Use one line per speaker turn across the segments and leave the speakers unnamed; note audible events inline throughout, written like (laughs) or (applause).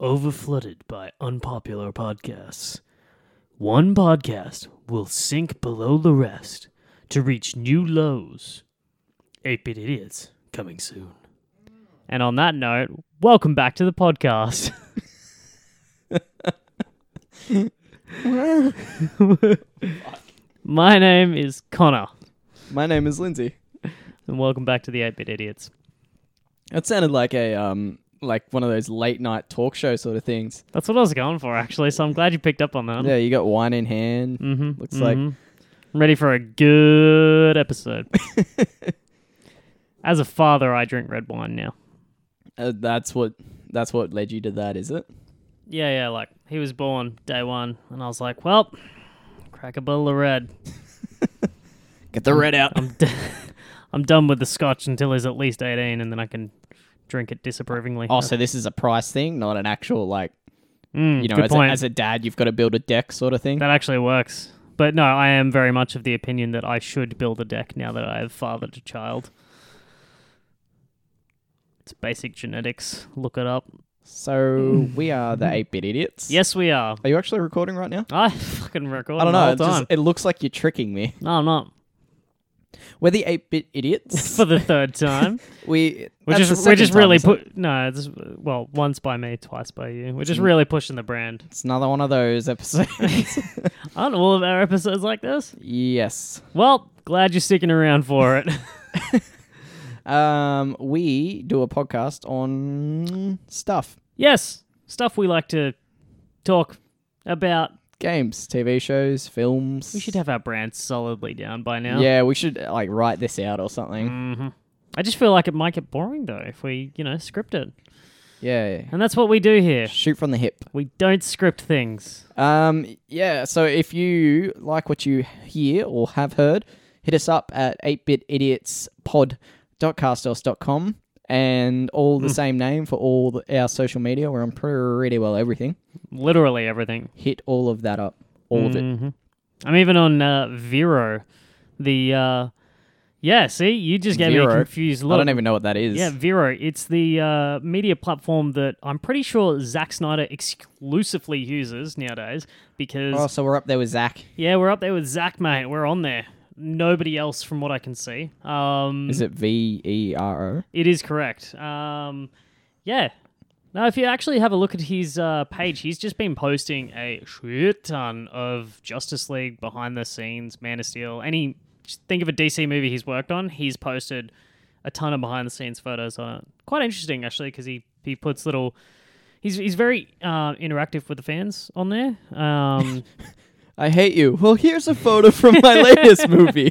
overflooded by unpopular podcasts. One podcast will sink below the rest to reach new lows. 8 Bit Idiots coming soon.
And on that note, welcome back to the podcast. (laughs) My name is Connor,
My name is Lindsay.
and welcome back to the 8 Bit Idiots.
That sounded like a um like one of those late night talk show sort of things.
That's what I was going for, actually, so I'm glad you picked up on that.
Yeah, you got wine in hand.
Mm-hmm,
Looks like-
Ready for a good (laughs) episode. As a father, I drink red wine now.
Uh, that's what that's what led you to that, is it?
Yeah, yeah, like he was born day one, and I was like, well, crack a bottle of red.
Get the red out.
I'm, d- I'm done with the scotch until he's at least 18, and then I can drink it disapprovingly.
Oh, so this is a price thing, not an actual like
Mm,
you know
good
as a,
point.
as a dad you've got to build a deck sort of thing.
that actually works. But no, I am very much of the opinion that I should build a deck now that I have fathered a child. It's basic genetics. Look it up.
So we are the eight bit idiots.
Yes, we are.
Are you actually recording right now?
I fucking record.
I
the
don't know.
whole
It, just,
time.
it looks like you're tricking me.
No, I'm not. (laughs)
We're the eight bit idiots.
For the third
(laughs)
time,
we
(laughs) we're
that's the
just we're just
second time,
really
isn't it? Mm.
put no, this, well, once by me, twice by you. We're just really pushing the brand.
It's another one of
(laughs)
those episodes.
Aren't all of our episodes like this?
yes.
Well, glad you're sticking around for it. (laughs)
Um, we do a podcast on stuff,
yes, stuff we like to talk about.
games, TV shows, films.
We should have our brand solidly down by now.
Yeah, we should uh, like write this out or something.
hmm I just feel like it might get boring though if we, you know, script it.
Yeah.
And that's what we do here.
Shoot from the hip.
We don't script things.
Um, yeah. So if you like what you hear or have heard, hit us up at 8bitidiots.pod.castels.com and all
Mm.
the same name for all the, our social media. We're on pretty well everything.
Literally everything.
Hit all of that up. All of it.
I'm even on uh, Vero. The uh, yeah, see, you just gave me a
Vero?
confused look.
I don't even know what that is.
yeah, Vero. It's the uh, media platform that I'm pretty sure Zack Snyder exclusively uses nowadays because
Oh, so we're up there with Zach.
yeah, we're up there with Zack, mate. We're on there. Nobody else, from what I can see. Um,
Is it V E R O?
It is correct. Um, yeah. Now, if you actually have a look at his uh, page, he's just been posting a shit ton of Justice League behind the scenes, Man of Steel, any. just Think of a DC movie he's worked on. He's posted a ton of behind the scenes photos on it. Quite interesting, actually, because he, he puts little. He's, he's very uh, interactive with the fans on there. Um,
I hate you. Well, here's a photo from my (laughs) latest movie.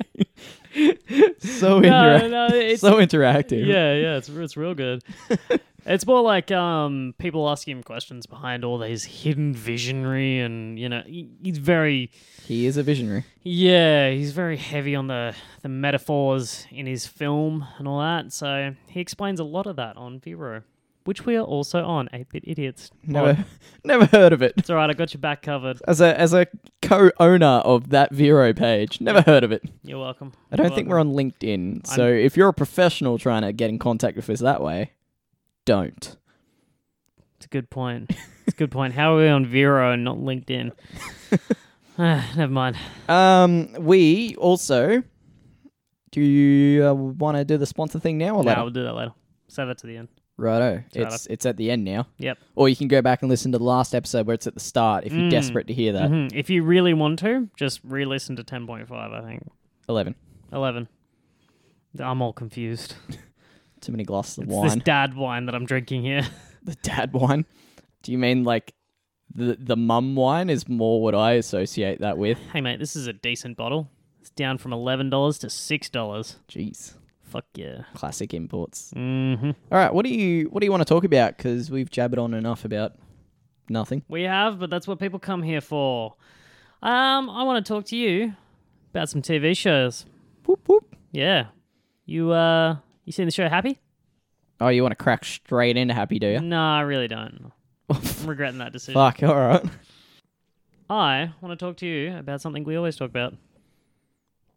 no,
so interact-
no, it's,
so interactive. (laughs)
Yeah, yeah, it's it's real good. it's more like um people asking him questions behind all these hidden visionary and you know he- he's very
He is a visionary.
yeah he's very heavy on the the metaphors in his film and all that. So he explains a lot of that on Vero, which we are also on Eight Bit Idiots.
Never,
Pod.
(laughs) never heard of it.
It's all right. I got your back covered.
As a as a co-owner of that Vero page, never heard of it.
You're welcome.
I don't think we're on LinkedIn. So if you're a professional trying to get in contact with us that way, don't.
It's a good point. It's a good point. How are we on Vero and not
(laughs)
LinkedIn? Ah, Never mind.
Um, we also. Do you uh, want to do the sponsor thing now or
No,
later?
we'll do that later. Save that to the end.
Righto.
right
It's it's at the end now.
Yep. Mm.
Or you can go back and listen to the last episode where it's at the start if you're desperate to hear that.
Mhm. If you really want to, just re-listen to 10.5, I think.
Eleven.
11. I'm all confused.
Too many glasses of
It's
wine. (laughs)
this dad wine that I'm drinking here. (laughs)
the dad wine. Do you mean like the the mum wine is more what I associate that with?
hey, mate, this is a decent bottle. It's down from $11 to $6.
Jeez,
Fuck yeah.
classic imports.
hmm
All right, what do you what do you want to talk about? Because we've jabbered on enough about nothing.
We have, but that's what people come here for. Um, I want to talk to you about some TV shows.
Whoop whoop.
Yeah. You, uh... You seen the show Happy?
Oh, you want to crack straight into happy, do you?
No, I really
(laughs)
don't. I'm regretting that decision.
Fuck. All right.
I want to talk to you about something we always talk about.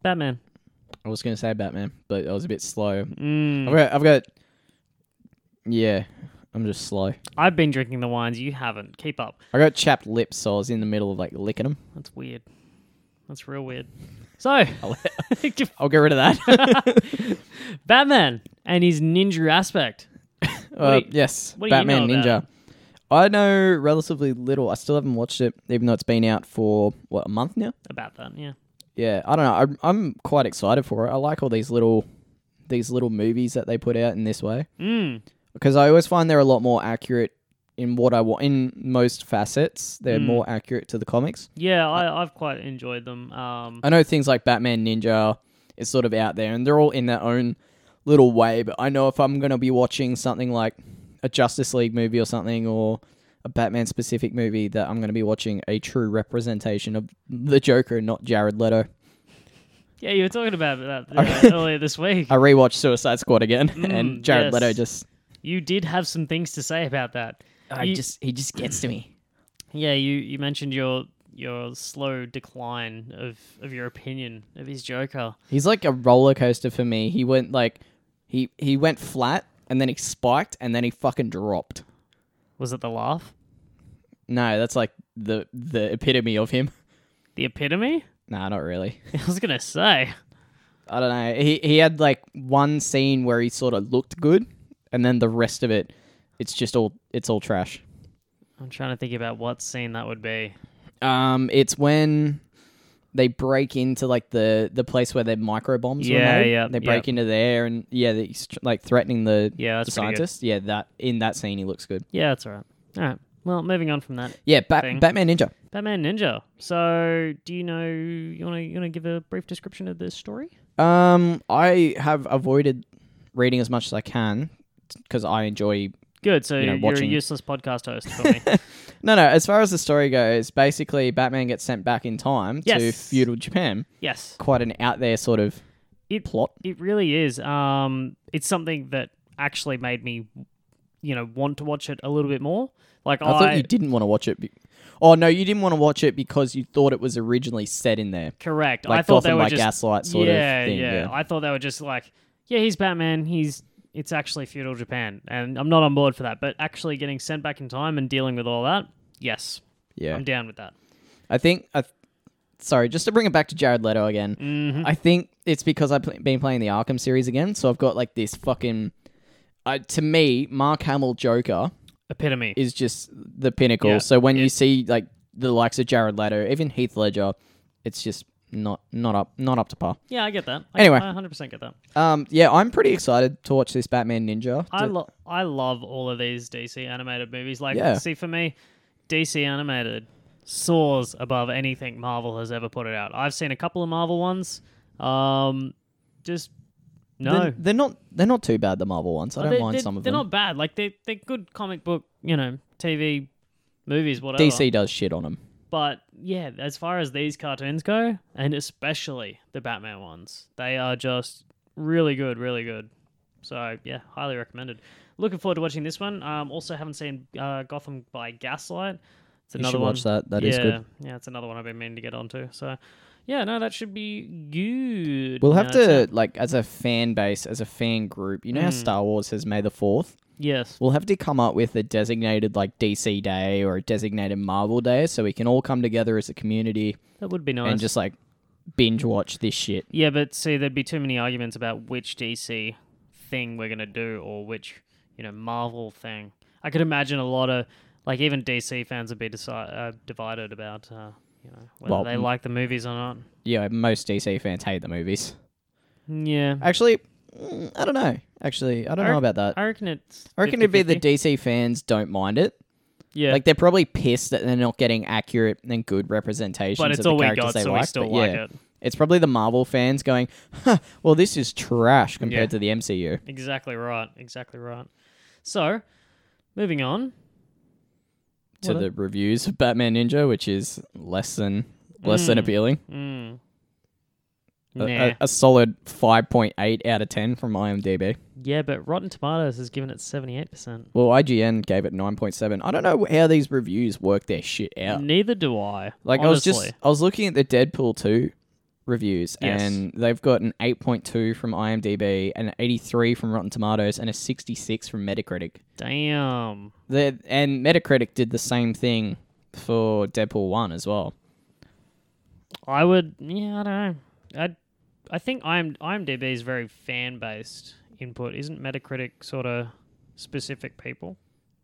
Batman.
(laughs) I was gonna say Batman, but I was a bit slow.
Mm.
I've got, I've got yeah. I'm just slow.
I've been drinking the wines. You haven't. Keep up.
I got chapped lips, so I was in the middle of like licking them.
That's weird. That's real weird. So, (laughs)
(laughs) I'll get rid of that.
Batman and his ninja aspect.
uh,
do you-
yes,
what do you
Batman
know about
Ninja. I know relatively little. I still haven't watched it, even though it's been out for what a month now.
About that, yeah.
Yeah, I don't know. I'm, I'm quite excited for it. I like all these little these little movies that they put out in this way
Mm.
because I always find they're a lot more accurate in what I want in most facets. They're
Mm.
more accurate to the comics.
Yeah, I, I've quite enjoyed them. Um,
I know things like Batman Ninja is sort of out there, and they're all in their own little way. But I know if I'm going to be watching something like a Justice League movie or something, or a Batman specific movie, that I'm going to be watching a true representation of the Joker, not Jared Leto.
yeah, you were talking about that (laughs) uh, earlier this week.
I rewatched Suicide Squad again,
Mm,
and Jared
yes.
Leto just
You did have some things to say about that. You-
he just gets to me.
yeah, you, you mentioned your your slow decline of, of your opinion of his Joker.
He's like a roller coaster for me. He went like he he went flat, and then he spiked, and then he fucking dropped.
Was it the laugh?
No, that's like the the epitome of him.
The epitome? (laughs)
Nah, not really.
I was gonna say.
I don't know. He he had like one scene where he sort of looked good, and then the rest of it, it's just all it's all trash.
I'm trying to think about what scene that would be.
Um, it's when they break into like the the place where their micro bombs
Yeah,
were made.
yeah,
they break
yeah.
into there, and yeah, they, he's tr- like threatening the
Yeah, that's
the
pretty good.
scientist. Yeah, that in that scene he looks good.
Yeah, that's all right. All right. Well, moving on from that.
Yeah, Bat-
Thing.
Batman Ninja.
Batman Ninja. So, do you know you want to you want to give a brief description of the story?
Um, I have avoided reading as much as I can because I enjoy
Good. So
You know,
you're
watching-
a useless podcast host for
(laughs)
me.
No, no. As far as the story goes, basically Batman gets sent back in time to
Yes.
feudal Japan.
yes,
Quite an out there sort of
It-
plot.
it really is. Um, it's something that actually made me, you know, want to watch it a little bit more. Like
I, thought you didn't want to watch it. Be- oh no, you didn't want to watch it because you thought it was originally set in there,
correct.
like
I thought
Gotham
they were
by
just
Gaslight sort
yeah,
of thing.
Yeah,
Yeah,
I thought they were just like, yeah, he's Batman. He's it's actually feudal Japan, and I'm not on board for that. But actually getting sent back in time and dealing with all that, yes,
yeah.
I'm down with that.
I think. I th- sorry, just to bring it back to Jared Leto again.
Mm-hmm.
I think it's because I've pl- been playing the Arkham series again, so I've got like this fucking. I to me, Mark Hamill Joker
Epitome.
is just the pinnacle.
Yeah,
so when you see like the likes of Jared Leto, even Heath Ledger, it's just not not up not up to par.
yeah, I get that. I,
Anyway.
I 100% get that.
Um, yeah, I'm pretty excited to watch this Batman Ninja.
I
D-
lo- I love all of these DC animated movies. Like,
Yeah.
see for me, DC animated soars above anything Marvel has ever put it out. I've seen a couple of Marvel ones. Um, just no,
they're, they're not they're not too bad the Marvel ones. I don't
they,
mind
are
some of
they're
them.
not bad. Like they they're good comic book, you know, TV movies, whatever.
DC does shit on them.
But yeah, as far as these cartoons go, and especially the Batman ones, they are just really good, really good. So yeah, highly recommended. Looking forward to watching this one. Um, also haven't seen uh, Gotham by Gaslight. It's
You
another
should
one.
watch that. That
yeah,
is good.
yeah, it's another one I've been meaning to get onto. So yeah, no, that should be good.
We'll
No,
have
that's Hmm.
to
it.
like as a fan base, as a fan group. You know how Star Wars has May the Fourth.
Yes.
We'll have to come up with a designated like DC day or a designated Marvel day, so we can all come together as a community
That would be nice.
and just like binge watch this shit.
Yeah, but see, there'd be too many arguments about which DC thing we're gonna do or which you know Marvel thing. I could imagine a lot of like even DC fans would be deci- uh, divided about uh, you know whether
Well,
they
m-
like the movies or not.
Yeah, most DC fans hate the movies.
Yeah,
Actually, mm, I don't know. Actually, I don't
I
know
rec-
about that.
I reckon it's.
I reckon it'd be the
50-50.
DC fans don't mind it.
yeah,
Like they're probably pissed that they're not getting accurate and good representations
but it's
of the
all we
characters
got,
they
so
like.
we still
but
like
yeah.
it.
It's probably the Marvel fans going, huh, "Well, this is trash compared to the MCU."
Exactly right. Exactly right. So, moving on.
To
What
the reviews of Batman Ninja, which is less than less than appealing. Uh,
Mm.
A-
Nah.
A, a solid five point eight out of ten from IMDb.
yeah, but Rotten Tomatoes has given it seventy-eight percent.
Well, IGN gave it nine point seven. I don't know how these reviews work their shit out.
Neither do I.
Like I was
honestly.
just I was looking at the Deadpool 2 reviews,
Yes.
and they've got an 8.2 from IMDb, an 83 from Rotten Tomatoes, and a 66 from Metacritic.
Damn.
The and Metacritic did the same thing for Deadpool One as well.
I would. Yeah, I don't know. I, I think IM, IMDb is very fan based input. Isn't Metacritic sort of specific people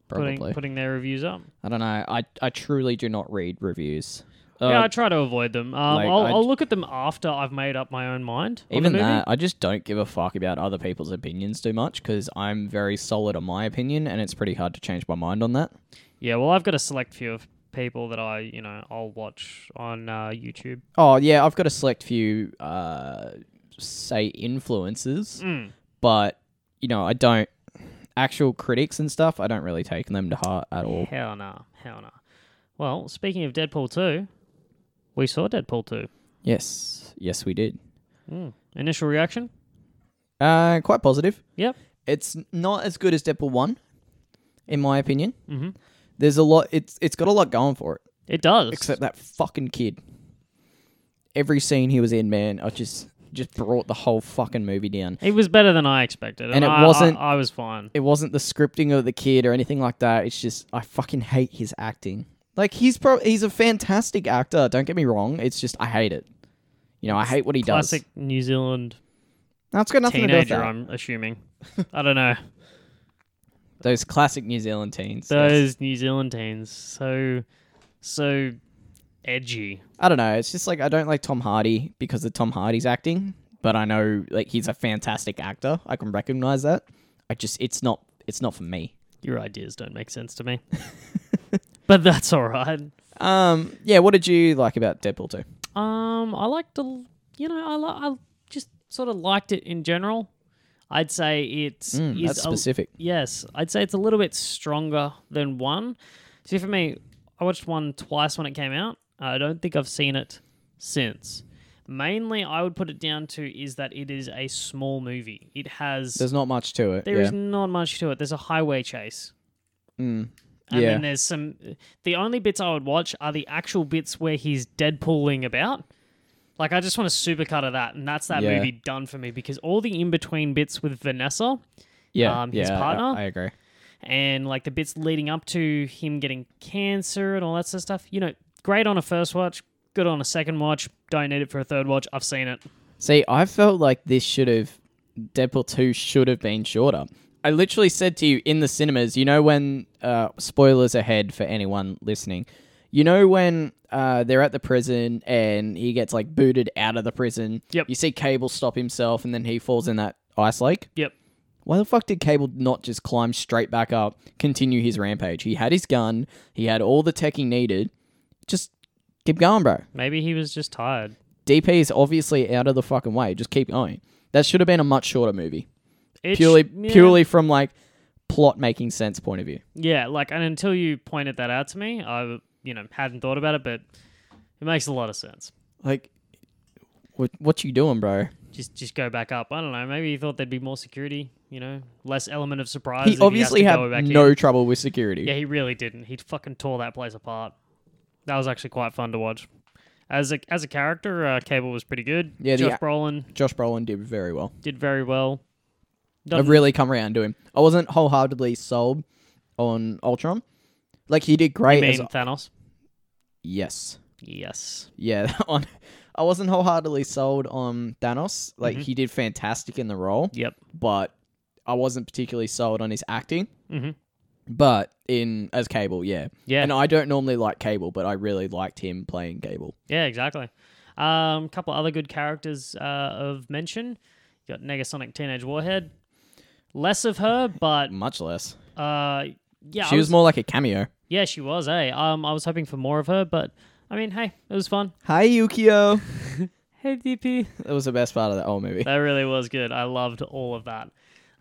Probably.
putting putting their reviews up?
I don't know. I I truly do not read reviews. Uh,
yeah, I try to avoid them. Um,
like,
I'll,
I'd-
I'll look at them after I've made up my own mind. on the
even
movie.
that, I just don't give a fuck about other people's opinions too much because I'm very solid on my opinion, and it's pretty hard to change my mind on that.
Yeah, well, I've got a select few of people that I, you know, I'll watch on uh, YouTube.
Oh yeah, I've got a select few, uh, say influences,
Mm.
but you know I don't actual critics and stuff. I don't really take them to heart at all.
Hell nah, hell nah. Well, speaking of Deadpool 2, we saw Deadpool 2.
Yes, yes, we did.
Mm. Initial reaction?
Uh, quite positive.
Yep.
It's not as good as Deadpool one, in my opinion.
Mm-hmm.
There's a lot. It's it's got a lot going for it,
It does.
except that fucking kid. Every scene he was in, man, I just just brought the whole fucking movie down.
it was better than I expected. And,
And it
I- I-
wasn't-
I, was fine.
it wasn't the scripting of the kid or anything like that. It's just I fucking hate his acting. Like he's pro- he's a fantastic actor. Don't get me wrong. It's just I hate it. You know, I hate what he
Classic
does.
New Zealand
That's got nothing to do
teenager,
with that.
I'm
(laughs)
assuming. I don't know.
Those classic New Zealand teens. yes.
Those New Zealand teens. So, so edgy.
I don't know. It's just like I don't like Tom Hardy because of Tom Hardy's acting, but I know like he's a fantastic actor. I can recognize that. I just it's not it's not for me.
Your ideas don't make sense to
(laughs)
me. but that's all right.
Um yeah, what did you like about Deadpool 2?
Um, I liked the, you know, I li- I just sort of liked it in general. I'd say it's
Mm,
is
that's
a-
specific.
yes, I'd say it's a little bit stronger than one. See, for me, I watched one twice when it came out. I don't think I've seen it since. Mainly, I would put it down to is that it is a small movie. It has
There's not much to it.
there
yeah.
is not much to it. There's a highway chase.
Mm.
And
Yeah.
then there's some. The only bits I would watch are the actual bits where he's Deadpooling about. Like, I just want a supercut of that. And that's that
Yeah.
movie done for me because all the in between bits with Vanessa
yeah,
um, his
yeah, I-
partner.
I agree.
and like the bits leading up to him getting cancer and all that sort of stuff, you know, great on a first watch, good on a second watch. Don't need it for a third watch. I've seen it.
See, I felt like this should have Deadpool 2 should have been shorter. I literally said to you in the cinemas, you know when uh, spoilers ahead for anyone listening. You know when uh, they're at the prison and he gets like booted out of the prison.
Yep.
You see Cable stop himself and then he falls in that ice lake.
Yep.
Why the fuck did Cable not just climb straight back up, continue his rampage? He had his gun, he had all the tech he needed. Just keep going, bro.
Maybe he was just tired.
DP is obviously out of the fucking way. Just keep going. That should have been a much shorter movie.
It
Purely,
sh- yeah.
purely from like plot making sense point of view.
Yeah, like, and until you pointed that out to me, I, you know, hadn't thought about it, but it makes a lot of sense.
Like, what, what you doing, bro?
Just, just go back up. I don't know. Maybe you thought there'd be more security. You know, less element of surprise.
He
if
obviously
he has
had
to go back
no
in.
trouble with security.
Yeah, he really didn't. He fucking tore that place apart. That was actually quite fun to watch. As a as a character, uh, Cable was pretty good.
Yeah, the
Josh
act-
Brolin
Josh Brolin did very well.
did very well.
I've really come around to him. I wasn't wholeheartedly sold on Ultron. Like he did
I
great.
mean
as,
Thanos.
yes,
Yes.
yeah. (laughs) that one. I wasn't wholeheartedly sold on Thanos. Like
Mm-hmm.
he did fantastic in the role.
Yep.
but I wasn't particularly sold on his acting.
Mhm.
But in as Cable, yeah,
Yeah.
And I don't normally like Cable, but I really liked him playing Cable.
Yeah, exactly. Um, couple other good characters uh, of mention. You got Negasonic Teenage Warhead. Less of her, but
Much less.
uh, yeah,
she
I
was, more like a cameo.
yeah, she was. Hey, um, I was hoping for more of her, but I mean, hey, it was fun.
Hi Yukio.
Hey, DP,
(laughs) that was the best part of that
(laughs)
whole movie.
that really was good. I loved all of that.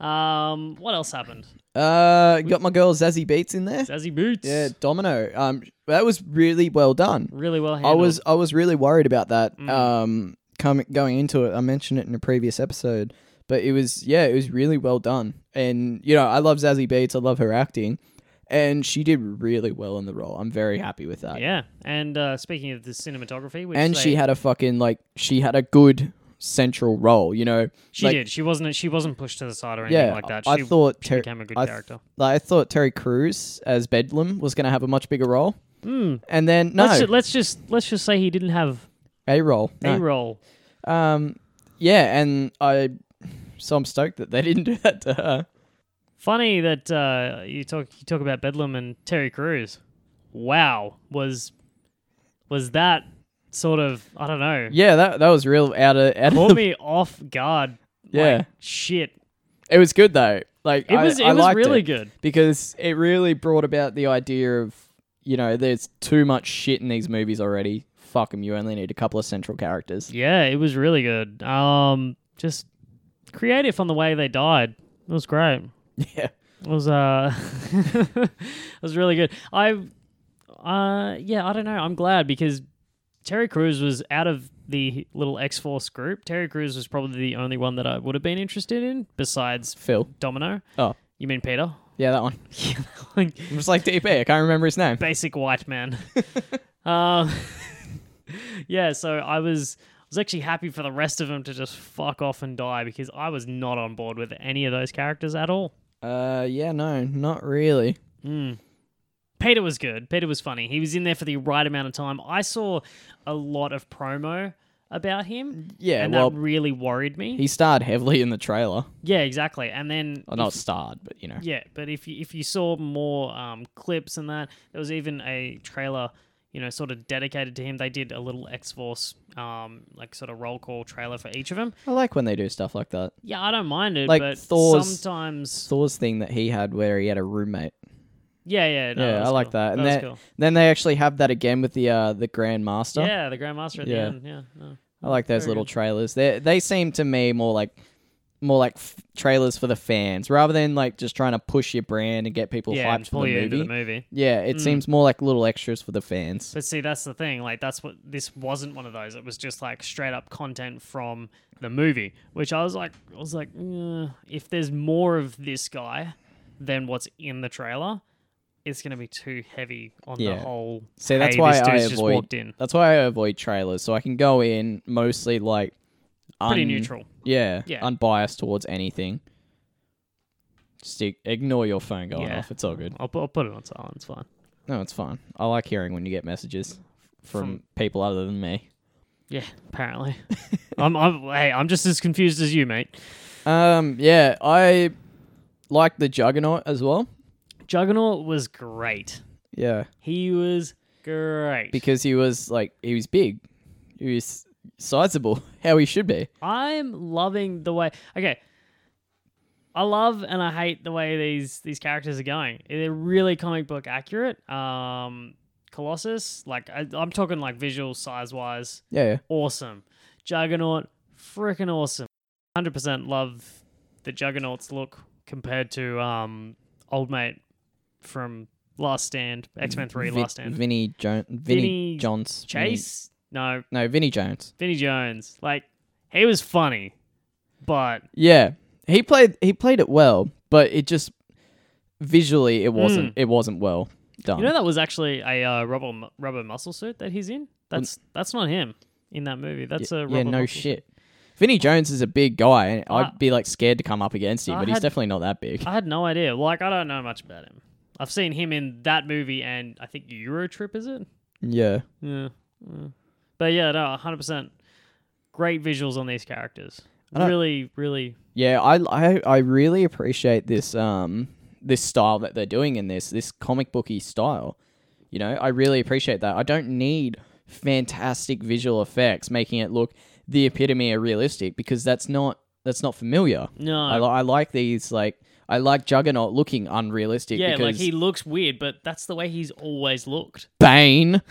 Um, what else happened?
Uh, got my girl Zazie Beats in there.
Zazzy Boots.
Yeah, Domino. Um, that was really well done.
really well
I
handled.
was I was really worried about that.
Mm.
Um, coming going into it, I mentioned it in a previous episode, but it was yeah, it was really well done. And you know, I love Zazie Beats. I love her acting, and she did really well in the role. I'm very happy with that.
Yeah. And uh, speaking of the cinematography, which
and
they-
she had a fucking like she had a good central role. You know,
she
like,
did. She wasn't she wasn't pushed to the side or anything
Yeah,
like that. She
I thought
she
Ter-
became a good
I th-
character.
like, I thought Terry Crews as Bedlam was going to have a much bigger role,
Hmm.
and then no,
Let's, ju- let's just let's just say he didn't have
a role,
a
no.
role.
Um, yeah, and I so I'm stoked that they (laughs) didn't do that to her.
Funny that uh, you talk you talk about Bedlam and Terry Crews. Wow, was was that sort of I don't know
Yeah, that that was real out of out
caught
(laughs) of
me off guard.
yeah.
like, shit.
It was good though. Like
It
I-
was
I
it was
liked
really
it.
good.
because it really brought about the idea of you know there's too much shit in these movies already. Fuck 'em, You only need a couple of central characters.
Yeah, it was really good. Um, just creative on the way they died. It was great.
(laughs) Yeah.
It was uh, (laughs) it was really good. I, uh, yeah, I don't know. I'm glad because Terry Crews was out of the little X Force group. Terry Crews was probably the only one that I would have been interested in besides
Phil.
Domino.
Oh.
You mean Peter?
Yeah, that one.
(laughs) Yeah, like,
It was like DP. I can't remember
(laughs)
his name.
basic white
(laughs)
man. um, (laughs) yeah, so I was I was actually happy for the rest of them to just fuck off and die because I was not on board with any of those characters at all.
Uh, yeah, no, not really.
Peter was good. Peter was funny. He was in there for the right amount of time. I saw a lot of promo about him.
Yeah,
and
well-
that really worried me.
He Oh, starred heavily in the trailer.
yeah, exactly. And then
Well, not starred, but you know.
Yeah, but if you if you saw more um, clips and that, there was even a trailer, you know, sort of dedicated to him. They did a little X Force, um, like sort of roll call trailer for each of them.
I like when they do stuff like that.
Yeah, I don't mind it,
Like
but
Thor's-
sometimes,
Thor's thing that he had where he had a roommate.
yeah, yeah, no,
yeah, I
was
like
Oh, cool.
that. And
was
then,
cool.
then they actually have that again with the uh the Grand Master.
yeah, the Grandmaster at the
Yeah.
end, yeah. no.
I like those
Very
little trailers. They they seem to me more like more like f- trailers for the fans rather than like just trying to push your brand and get people
yeah, and
hyped for
pull
the
you into
movie.
the movie.
Yeah, it seems more like little extras for the fans.
But see, that's the thing. Like, that's what this wasn't one of those. It was just like straight up content from the movie, which I was like, I was like, "Mm, if there's more of this guy than what's in the trailer, it's gonna be too heavy on
Yeah.
the whole.
So that's
hey,
why
this
I
dude's just
avoid.
walked in.
That's why I avoid trailers, so I can go in mostly like
Pretty
un-
neutral.
Yeah,
Yeah.
unbiased towards anything. Just ig- ignore your phone going
Yeah.
off. It's all good.
I'll, pu- I'll put it on silent. It's fine.
No, it's fine. I like hearing when you get messages from,
From-
people other than me.
Yeah, apparently. (laughs) I'm, I'm. Hey, I'm just as confused as you, mate.
Um, yeah, I like the Juggernaut as well.
Juggernaut was great.
Yeah,
He was great.
because he was like he was big, he was sizable, (laughs) how he should be.
I'm loving the way. Okay, I love and I hate the way these these characters are going. They're really comic book accurate. Um, Colossus, like I, I'm talking like visual size wise,
Yeah, yeah.
awesome. Juggernaut, freaking awesome. 100% love the Juggernaut's look compared to um old mate from Last Stand, X Men Three,
Vi-
Last Stand.
Vinny Jones, Vinny,
Vinny
Johns, Vinny-
Chase, no,
no, Vinny Jones.
Vinny Jones. Like he was funny, but
Yeah, he played he played it well, but it just visually
Hmm.
it wasn't it wasn't well done.
You know that was actually a uh, rubber mu- rubber muscle suit that he's in. That's that's not him in that movie. That's a rubber
yeah, no
muscle suit.
shit. Vinny Jones is a big guy, and
I-
I'd be like scared to come up against him,
Ah. I
but he's
had-
definitely not
(laughs)
that big.
I had no idea. Like I don't know much about him. I've seen him in that movie and I think Eurotrip is it?
yeah.
Yeah. yeah. But yeah, no, 100% great visuals on these characters.
don't-
Really really
Yeah, I, I I really appreciate this um this style that they're doing in this this comic booky style. You know, I really appreciate that. I don't need fantastic visual effects making it look the epitome of realistic because that's not that's not familiar.
No.
I, li- I like these like I like Juggernaut looking unrealistic
yeah,
because
like he looks weird, but that's the way he's always looked.
Bane.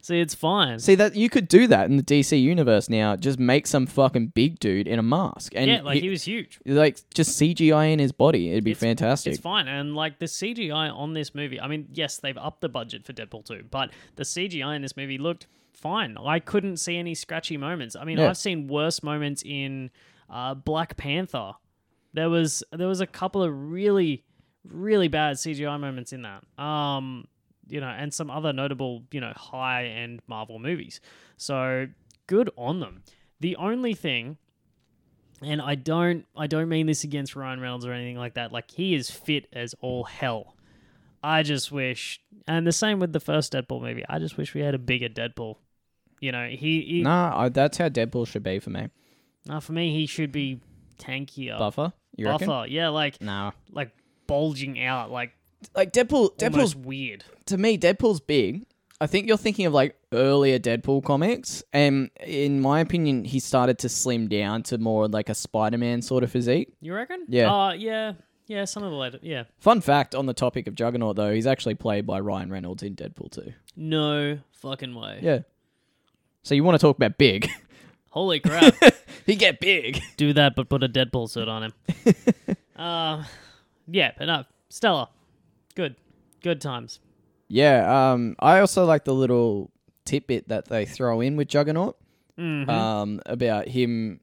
See, it's fine.
See that you could do that in the DC universe now. Just make some fucking big dude in a mask and
yeah, like
he-
he was huge.
like just CGI in his body. It'd be
It's-
fantastic.
It's fine. And like the CGI on this movie, I mean, yes, they've upped the budget for Deadpool 2, but the CGI in this movie looked fine. I couldn't see any scratchy moments. I mean,
Yeah.
I've seen worse moments in uh, Black Panther. There was there was a couple of really really bad CGI moments in that. Um, you know, and some other notable, you know, high end Marvel movies. So good on them. The only thing, and I don't, I don't mean this against Ryan Reynolds or anything like that. Like he is fit as all hell. I just wish, and the same with the first Deadpool movie. I just wish we had a bigger Deadpool. You know, he, he
Nah, I, that's how Deadpool should be for me.
nah, for me, he should be tankier,
Buffer, you reckon? Mm.
buffer. Yeah, like
Nah,
like bulging out, like
like Deadpool.
almost
Deadpool's
weird.
to me, Deadpool's big. I think you're thinking of like earlier Deadpool comics, and in my opinion, he started to slim down to more like a Spider-Man sort of physique.
You reckon?
Yeah.
Uh, yeah. Yeah, some of the later. Yeah.
Fun fact on the topic of Juggernaut, though, he's actually played by Ryan Reynolds in Deadpool too.
No fucking way.
Yeah. So you want to talk about big? (laughs)
Holy crap.
he get big.
Do that, but put a Deadpool suit on him. uh, yeah, but no. Stella. Good. Good times.
Yeah, um, I also like the little tidbit that they throw in with Juggernaut
Mm.
um, about him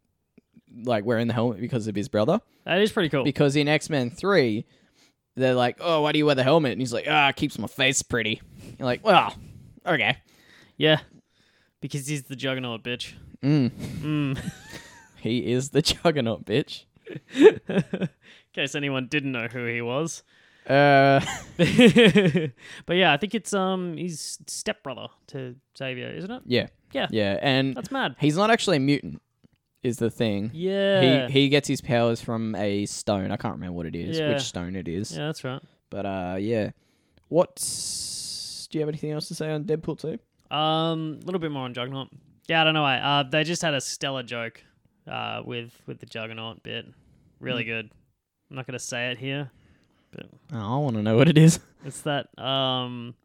like wearing the helmet because of his brother.
That is pretty cool.
Because in X Men Three, they're like, "Oh, why do you wear the helmet?" And he's like, "Ah, it keeps my face pretty." You're like, "Well, okay."
yeah. Because he's the juggernaut, bitch. (laughs)
Mm.
Mm.
(laughs) He is the Juggernaut, bitch.
In case anyone didn't know who he was. (laughs)
Uh,
but yeah, I think it's um he's stepbrother to Xavier, isn't it?
yeah,
Yeah.
yeah, and
That's mad.
he's not actually a mutant. Is the thing.
Yeah.
He he gets his powers from a stone. I can't remember what it is,
Yeah.
which stone it is.
yeah, that's right.
But uh, yeah. What's do you have anything else to say on Deadpool two?
Um, a little bit more on Juggernaut. Yeah, I don't know why. Uh, they just had a stellar joke, uh, with with the Juggernaut bit.
Mm.
Really good. I'm not gonna say it here, but
Oh, I want to know what it is.
it's that um,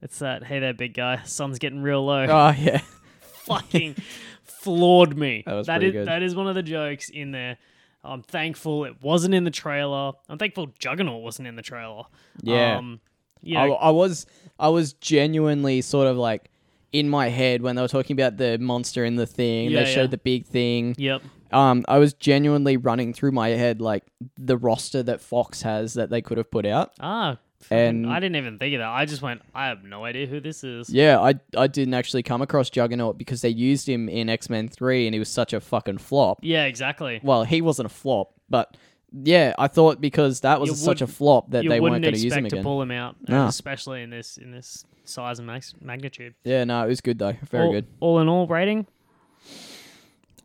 it's that hey there, big guy, sun's getting real low.
(laughs) oh yeah.
(laughs) Fucking floored me.
That was
that
pretty
is
good.
that is one of the jokes in there. I'm thankful it wasn't in the trailer. I'm thankful Juggernaut wasn't in the trailer.
Yeah.
Um, you know,
I, I was I was genuinely sort of like in my head when they were talking about the monster in the thing.
Yeah,
they
yeah.
showed the big thing.
yep.
Um, I was genuinely running through my head like the roster that Fox has that they could have put out.
Ah,
And-
and I didn't even think of that. I just went, I have no idea who this is.
Yeah, I I didn't actually come across Juggernaut because they used him in X Men Three and he was such a fucking flop.
Yeah, exactly.
Well, he wasn't a flop, but yeah, I thought because that was
You
such a
wouldn't-
flop that
you
they weren't
wouldn't
going to use him
expect to
again.
pull him out,
No.
especially in this in this size and max- magnitude.
yeah, no, it was good though. Very
all,
good.
All in all, rating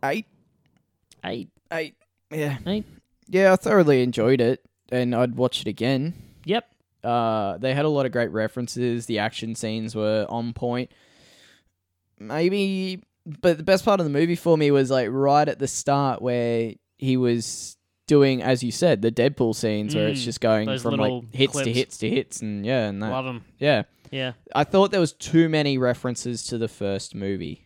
Eight,
eight.
eight, yeah,
Eight.
Yeah, I thoroughly enjoyed it, and I'd watch it again.
Yep.
Uh, they had a lot of great references. The action scenes were on point. Maybe, but the best part of the movie for me was like right at the start where he was doing, as you said, the Deadpool scenes where it's
Mm,
just going
those
from
little
like hits to
clips.
hits to hits, and yeah, and that,
Love him.
yeah.
Yeah,
I thought there was too many references to the first movie.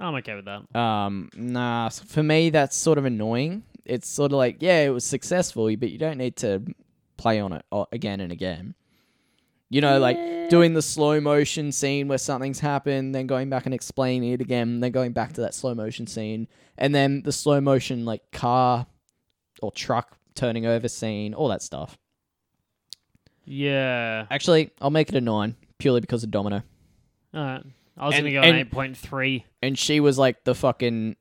I'm okay with that.
Um, nah, s- for me that's sort of annoying. It's sort of like, yeah, it was successful, but you don't need to play on it o- again and again. You know, like doing the slow motion scene where something's happened, then going back and explaining it again, then going back to that slow motion scene, and then the slow motion like car or truck turning over scene, all that stuff.
Yeah.
Actually, I'll make it a nine purely because of Domino.
All right. I was
And-
gonna go an
and-
eight point
(laughs)
three.
and she was like the fucking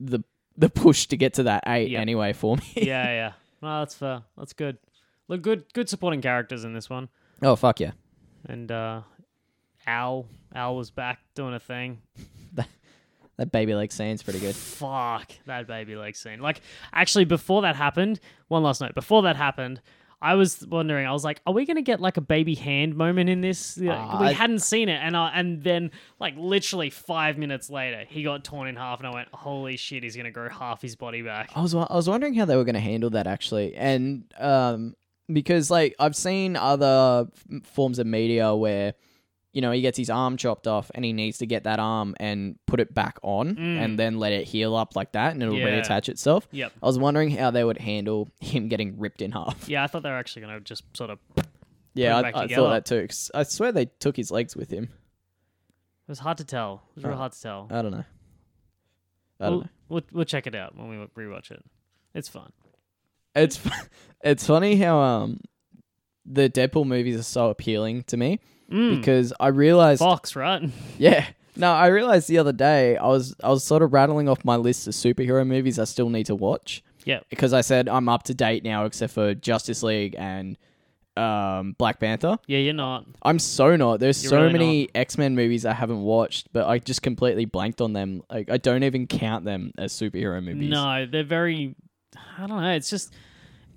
the the push to get to that eight
Yeah.
anyway for me.
yeah, yeah. Well, that's fair. That's good. Look, good, good supporting characters in this one.
Oh fuck yeah!
And uh Al, Al was back doing a thing.
That baby leg scene's pretty good.
Fuck that baby leg scene. Like, actually, before that happened, one last note. Before that happened, I was wondering. I was like, are we gonna get like a baby hand moment in this? Like,
Ah,
we
I-
hadn't seen it, and I, and then like literally five minutes later, he got torn in half, and I went, holy shit, he's gonna grow half his body back.
I was wa- I was wondering how they were going to handle that actually, and um because like I've seen other f- forms of media where you know he gets his arm chopped off and he needs to get that arm and put it back on
Mm.
and then let it heal up like that and it'll
Yeah.
reattach itself.
Yep.
I was wondering how they would handle (laughs) him getting ripped in half.
Yeah, I thought they were actually gonna just sort of.
Yeah,
Put it back
I, I
together.
thought that too. 'cause I swear they took his legs with him.
It was hard to tell. It was real
Oh.
hard to tell.
I don't know. I
we'll,
don't know.
We'll, we'll check it out when we rewatch it. It's fun.
it's fu- (laughs) it's funny how um the Deadpool movies are so appealing to me
Mm,
because I realized
Fox, right?
(laughs)
(laughs)
yeah no I realized the other day I was I was sort of rattling off my list of superhero movies I still need to watch
Yeah.
because I said I'm up to date now except for Justice League and um Black Panther
Yeah, you're not.
I'm so not there's
You're
so
really
many X-Men movies I haven't watched but I just completely blanked on them like I don't even count them as superhero movies
No, they're very. I don't know. It's just,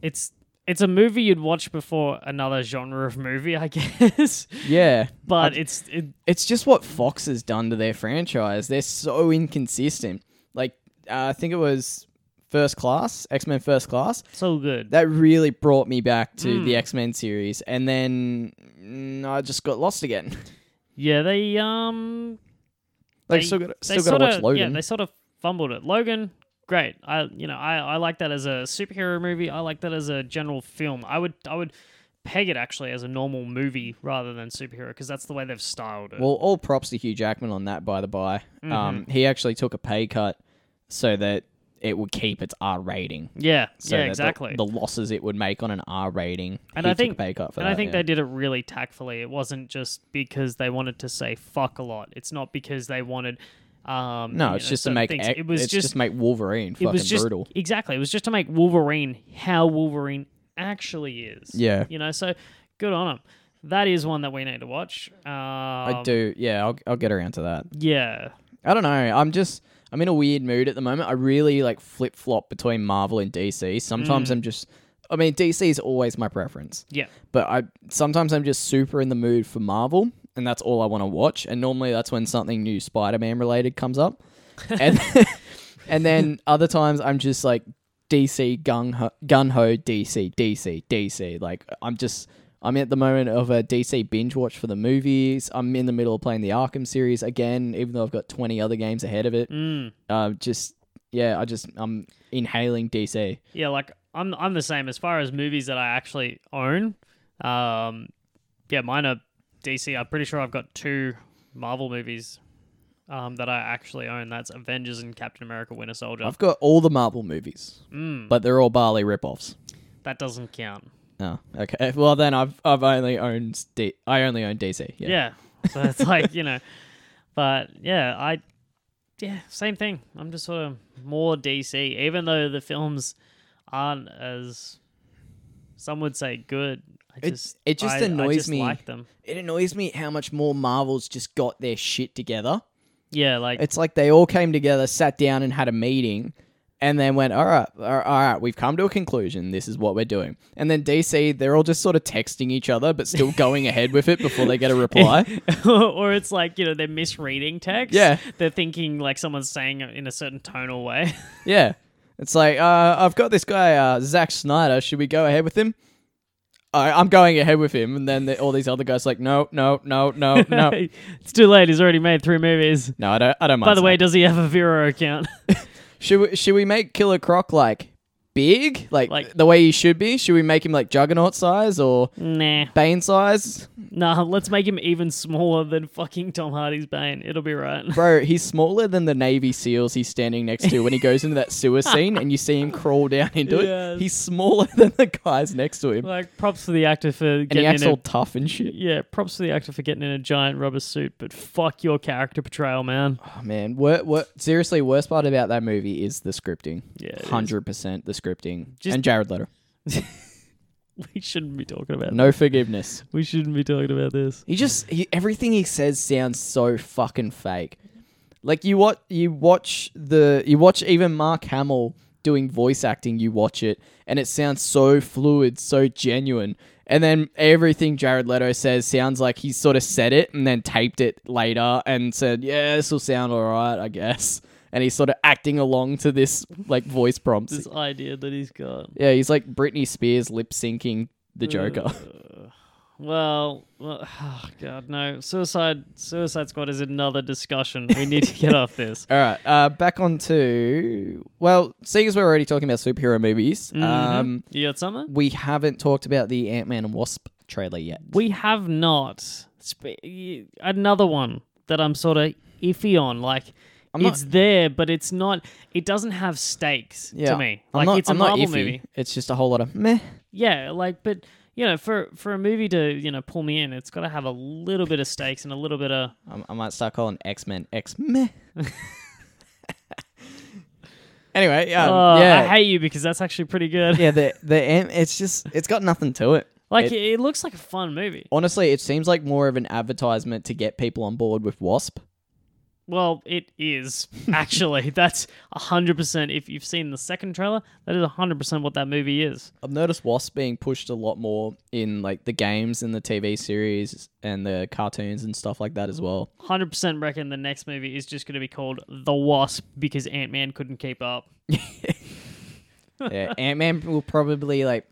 it's it's a movie you'd watch before another genre of movie, I (laughs) guess.
yeah
but it's it,
it's just what Fox has done to their franchise. They're so inconsistent. Like uh, I think it was First Class, X Men First Class.
so good.
That really brought me back to
Hmm.
the X Men series, and then mm, I just got lost again. (laughs)
yeah, they um
like
They-
still got
they
still got to
sorta-
watch Logan.
Yeah, they sort of fumbled it. Logan, great. I you know I I like that as a superhero movie. I like that as a general film. I would I would peg it actually as a normal movie rather than superhero because that's the way they've styled it.
well, all props to Hugh Jackman on that, by the by.
Mm-hmm.
Um, he actually took a pay cut so that it would keep its R rating.
yeah,
So
yeah,
that the-
exactly.
The, losses it would make on an R rating.
and
he
I
took
think
a pay cut for
and
that,
I think
yeah.
they did it really tactfully. It wasn't just because they wanted to say fuck a lot. It's not because they wanted. Um,
No,
you
it's
know,
just to
certain
make
things.
X-
it was
it's just, make Wolverine
it
fucking
was just
brutal.
exactly. It was just to make Wolverine how Wolverine actually is.
Yeah.
you know. So good on him. That is one that we need to watch. Um,
I do. Yeah, I'll, I'll get around to that.
Yeah,
I don't know. I'm just I'm in a weird mood at the moment. I really like flip flop between Marvel and DC.
Mm.
Sometimes I'm just I mean DC is always my preference,
yeah,
but I sometimes I'm just super in the mood for Marvel, and that's all I want to watch. And normally that's when something new Spider-Man related comes
(laughs)
up, and (laughs) and then other times I'm just like DC gung ho, gun ho DC DC DC. Like I'm just I'm at the moment of a DC binge watch for the movies. I'm in the middle of playing the Arkham series again, even though I've got 20 other games ahead of it.
mm.
Uh, just yeah, I just I'm inhaling DC.
yeah. Like I'm, I'm the same as far as movies that I actually own. Um, yeah, mine are DC. I'm pretty sure I've got two Marvel movies. Um, that I actually own. That's Avengers and Captain America: Winter Soldier.
I've got all the Marvel movies,
Mm,
but they're all Barley ripoffs.
that doesn't count.
Oh, okay. Well, then I've I've only owned D- I only own DC. Yeah.
Yeah. So it's (laughs) like, you know, but yeah, I, yeah, same thing. I'm just sort of more DC, even though the films aren't as, some would say, good. I
It-
just,
it just
I- I
annoys
just
me.
like them.
It annoys me how much more Marvel's just got their shit together.
Yeah, like,
It's like they all came together, sat down, and had a meeting, and then went, "All right, all right, all right, we've come to a conclusion. This is what we're doing." And then DC, they're all just sort of texting each other, but (laughs) still going ahead with it before they get a (laughs) reply.
(laughs) or it's like, you know, they're misreading text.
Yeah.
They're thinking like someone's saying it in a certain tonal way.
yeah, it's like, uh, "I've got this guy, uh, Zack Snyder. Should we go ahead with him?" I, I'm going ahead with him, and then the, all these other guys are like, "No, no, no, no, (laughs) no."
(laughs) it's too late. He's already made three movies.
No, I don't. I don't mind.
By the way, does he have a Vero account? (laughs)
Should we, should we make Killer Croc like big, like,
Like-
the way he should be? Should we make him like Juggernaut size or
nah.
Bane size?
Nah, let's make him even smaller than fucking Tom Hardy's Bane. It'll be right. (laughs)
Bro, he's smaller than the Navy SEALs he's standing next to when he goes into
(laughs)
that sewer scene and you see him crawl down into
Yes.
it. He's smaller than the guys next to him,
Like props to the actor for
and he
getting
acts
in a
all tough and shit.
yeah, props to the actor for getting in a giant rubber suit, but fuck your character portrayal, man.
Oh man, what what? Seriously, worst part about that movie is the scripting.
Yeah, it is.
hundred percent the scripting
Just-
and Jared Leto.
(laughs) We shouldn't be talking about
No forgiveness.
we shouldn't be talking about this.
He just he, everything he says sounds so fucking fake. Like you watch you watch the you watch even Mark Hamill doing voice acting, you watch it and it sounds so fluid, so genuine. And then everything Jared Leto says sounds like he sort of said it and then taped it later and said, "Yeah, this will sound all right, I guess." And he's sort of acting along to this like voice prompts.
This idea that he's got.
Yeah, he's like Britney Spears lip syncing the Joker. (laughs)
Well, well (sighs) oh god, no. Suicide Suicide Squad is another discussion. We need to get off
(laughs)
this.
All right, uh, back on to well, seeing as we're already talking about superhero movies, um,
You got something?
we haven't talked about the Ant Man and Wasp trailer yet.
We have not. Sp- y- Another one that I'm sort of iffy on. Like,
I'm not.
it's there, but it's not. It doesn't have stakes
yeah,
to me.
I'm
Like
not,
it's a
I'm
Marvel
not iffy.
movie.
It's just a whole lot of meh.
Yeah, like, but you know, for for a movie to you know pull me in, it's got to have a little bit of stakes and a little bit of
I, I might start calling X Men X meh. (laughs) anyway, um,
Oh,
yeah,
I hate you because that's actually pretty good.
(laughs) yeah. The the M, it's just it's got nothing to it.
Like,
It-
it, it looks like a fun movie.
Honestly, it seems like more of an advertisement to get people on board with Wasp.
Well, it is (laughs) actually. that's hundred percent. If you've seen the second trailer, that is hundred percent what that movie is.
I've noticed Wasp being pushed a lot more in like the games and the TV series and the cartoons and stuff like that as well.
Hundred percent reckon the next movie is just going to be called The Wasp because Ant Man couldn't keep up.
yeah, Ant Man will probably like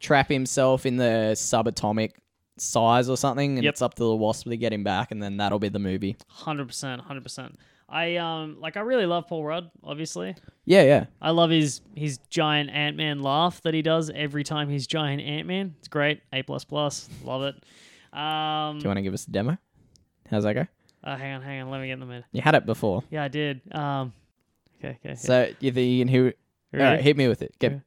trap himself in the subatomic size or something, and
Yep.
it's up to the Wasp to get him back, and then that'll be the movie.
Hundred percent, hundred percent. I um like I really love Paul Rudd. Obviously,
Yeah, yeah.
I love his his giant Ant Man laugh that he does every time he's giant Ant Man. It's great. A plus plus. Love it. Um,
Do you want to give us a demo? How's that go?
uh, hang on, hang on. Let me get in the minute.
You had it before,
Yeah, I did. Um, okay, okay. So,
so you think you can hear? All right, hit me with it. Get,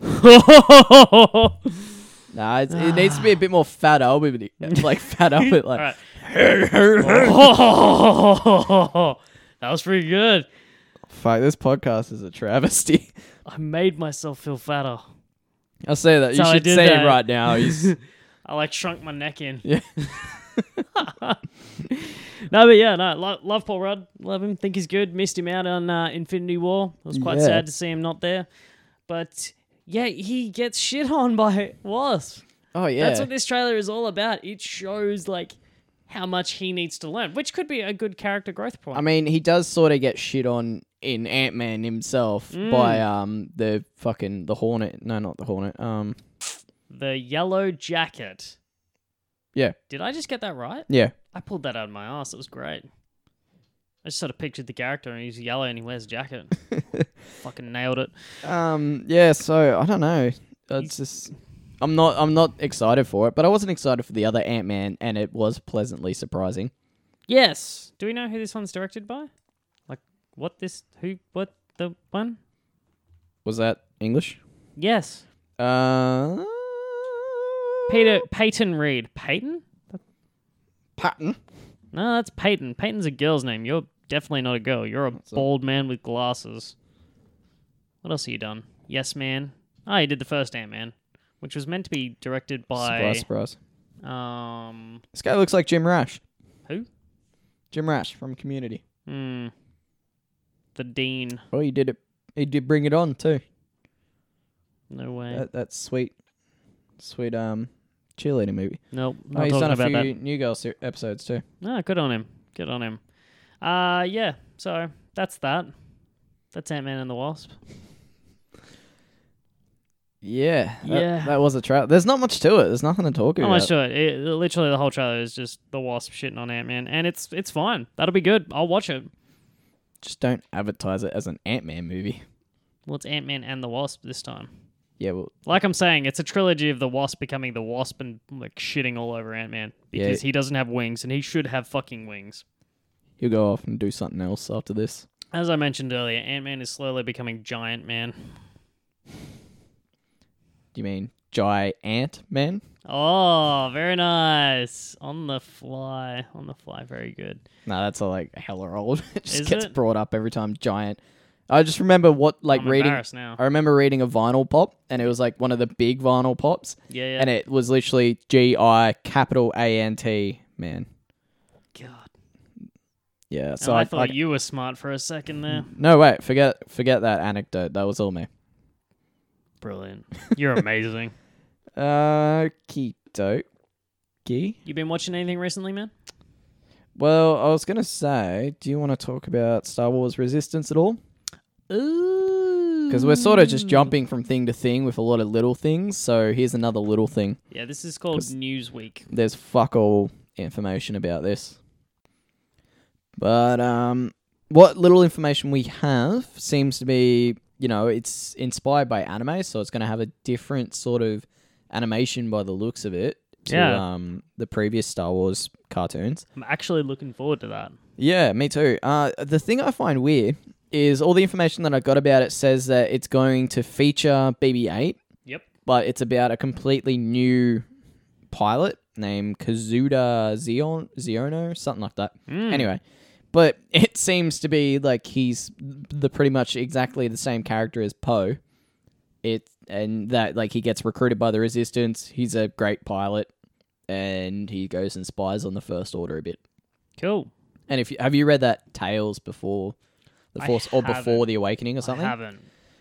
(laughs)
Nah, it's, it needs to be a bit more fat up, with it. like fat up, it like.
Alright.
(laughs)
(laughs) that was pretty good.
Fuck, this podcast is a travesty.
I made myself feel fatter. (laughs)
I'll say that.
That's how
you
I
should
did
say
that.
it right now. You s-
I like shrunk my neck in.
yeah.
(laughs) No, but yeah, no, lo- love Paul Rudd. Love him. Think he's good. Missed him out on uh, Infinity War. It was quite
Yeah.
sad to see him not there. But yeah, he gets shit on by Wasp.
(laughs) Oh yeah.
That's what this trailer is all about. It shows like how much he needs to learn, which could be a good character growth point.
I mean, he does sort of get shit on in Ant Man himself
Mm.
by um the fucking the Hornet. No, not the Hornet. Um,
the yellow jacket.
yeah,
Did I just get that right?
yeah.
I pulled that out of my ass. It was great. I just sort of pictured the character and he's yellow and he wears a jacket. Fucking nailed it.
Um, yeah. So I don't know. It's just. I'm not. I'm not excited for it, but I wasn't excited for the other Ant Man, and it was pleasantly surprising.
Yes. Do we know who this one's directed by? Like what this who what the one?
Was that English?
Yes.
Uh,
Peter Peyton Reed. Peyton?
Patton.
No, that's Peyton. Peyton's a girl's name. You're definitely not a girl. You're a bald man with glasses. What else have you done? Yes, man. Oh, you did the first Ant Man, which was meant to be directed
Surprise,
by
surprise.
um
This guy looks like Jim Rash.
who?
Jim Rash from Community.
Hmm. The Dean.
Oh, he did it. He did Bring It On too.
No way.
That, that's sweet, sweet um cheerleader movie.
nope. Not
Oh, he's
talking
done a
about
few
that.
New Girl ser- episodes too.
No, good on him. Good on him. Uh yeah. So that's that. That's Ant Man and the Wasp.
Yeah, that,
Yeah.
That was a trap. There's not much to it. There's nothing to talk
Not
about.
much to it. It- Literally, the whole trailer is just the Wasp shitting on Ant Man, and it's it's fine. That'll be good. I'll watch it.
Just don't advertise it as an Ant Man movie.
Well, it's Ant Man and the Wasp this time.
Yeah, well,
Like I'm saying, it's a trilogy of the Wasp becoming the Wasp and like shitting all over Ant Man
Yeah.
because he doesn't have wings and he should have fucking wings.
he'll go off and do something else after this.
As I mentioned earlier, Ant Man is slowly becoming Giant Man.
Do you mean Jai Ant Man?
Oh, very nice. On the fly. On the fly. Very good.
No, that's a, like hella old. (laughs) it just
Is
gets
it?
brought up every time. Giant. I just remember what like
I'm
reading.
embarrassed now.
I remember reading a vinyl pop, and it was like one of the big vinyl pops,
Yeah, yeah.
and it was literally G I capital A N T man.
God.
Yeah,
And
so
I,
I, Hmm.
thought
I-
you were smart for a second there.
no wait, forget forget that anecdote. That was all me. (laughs)
Brilliant. You're amazing.
Okie dokie.
you been watching anything recently, man?
Well, I was gonna say, do you want to talk about Star Wars Resistance at all?
Ooh.
Because we're sort of just jumping from thing to thing with a lot of little things. So here's another little thing.
Yeah, this is called Newsweek.
There's fuck all information about this. But um, what little information we have seems to be, you know, it's inspired by anime, so it's going to have a different sort of animation by the looks of it to
Yeah.
um, the previous Star Wars cartoons.
I'm actually looking forward to that.
Yeah, me too. Uh, the thing I find weird is all the information that I got about it says that it's going to feature BB-8,
Yep.
but it's about a completely new pilot named Kazuda Zion Ziono, something like that.
Hmm.
Anyway, but (laughs) it seems to be like he's the pretty much exactly the same character as Poe. It and that like he gets recruited by the Resistance. He's a great pilot, and he goes and spies on the First Order a bit.
Cool.
And if you, have you read that Tales before the
I
Force or before
haven't.
the Awakening or something?
I haven't.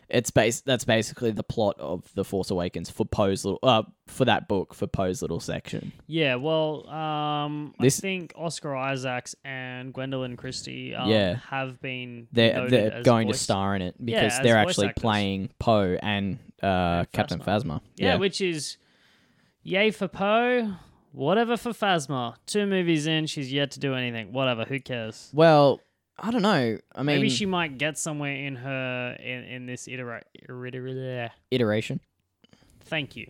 It's base that's basically the plot of the Force Awakens for Poe's little uh, for that book for Poe's little section.
Yeah, well, um,
This-
I think Oscar Isaacs and Gwendolyn Christie um,
Yeah.
have been
They're
noted
they're
as
going
voice-
to star in it because
as
they're
voice
actually
actors.
playing Poe and uh, Captain Phasma.
Yeah, which is yay for Poe, whatever for Phasma. Two movies in, she's yet to do anything. Whatever, who cares?
well, I don't know. I mean,
Maybe she might get somewhere in her in, in this iterate.
iteration.
Thank you.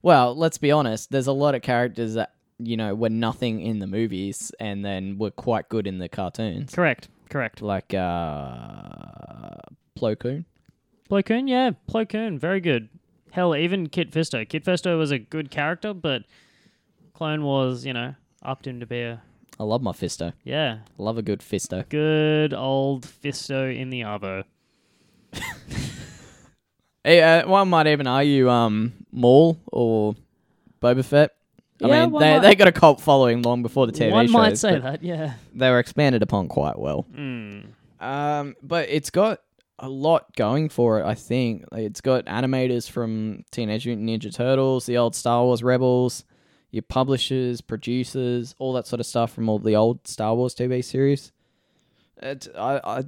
Well, let's be honest. There's a lot of characters that you know were nothing in the movies and then were quite good in the cartoons,
correct. Correct.
like uh, Plo Koon.
Plo Koon, yeah, Plo Koon, very good. Hell, even Kit Fisto. Kit Fisto was a good character, but Clone Wars, you know, upped him to be a
I love my fisto.
yeah,
I love a good fisto.
good old Fisto in the Arvo.
Hey, uh, one might even argue um, Maul or Boba Fett. I
Yeah,
mean,
one
they,
might-
they got a cult following long before the TV
One
shows.
might say
but
that, yeah.
They were expanded upon quite well.
Mm.
Um, but it's got a lot going for it, I think. Like, It's got animators from Teenage Mutant Ninja Turtles, the old Star Wars Rebels, your publishers, producers, all that sort of stuff from all the old Star Wars TV series. It, I, I,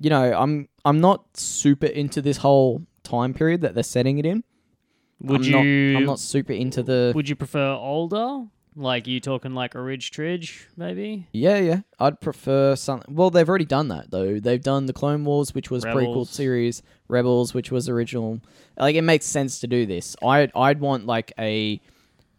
you know, I'm I'm not super into this whole time period that they're setting it in.
Would
I'm
you
Not, I'm not super into the.
would you prefer older? Like you talking like a Ridge Tridge, maybe?
yeah, yeah. I'd prefer something. Well, they've already done that though. They've done the Clone Wars, which was prequel
Rebels.
series, Rebels, which was original. Like it makes sense to do this. I I'd want like a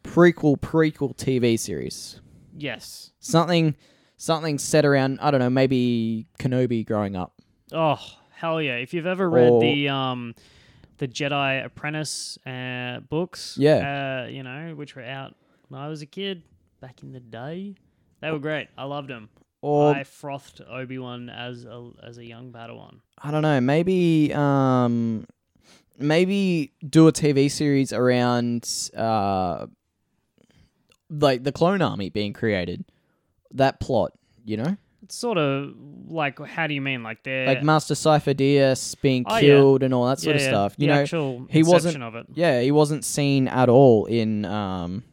prequel prequel TV series.
Yes.
Something something set around I don't know maybe Kenobi growing up.
Oh, hell yeah. If you've ever read
Or-
the um the Jedi Apprentice uh, books,
Yeah.
uh, you know, which were out when I was a kid back in the day. They were great. I loved them.
Or
I frothed Obi-Wan as a as a young Padawan.
I don't know, maybe um maybe do a TV series around uh like the clone army being created. That plot, you know?
It's sort of like how do you mean like they're
Like Master Cypher DS being
Oh, yeah.
killed and all that sort of
Yeah, yeah,
stuff. You
the
know,
actual
he wasn't-
inception of it.
yeah, he wasn't seen at all in um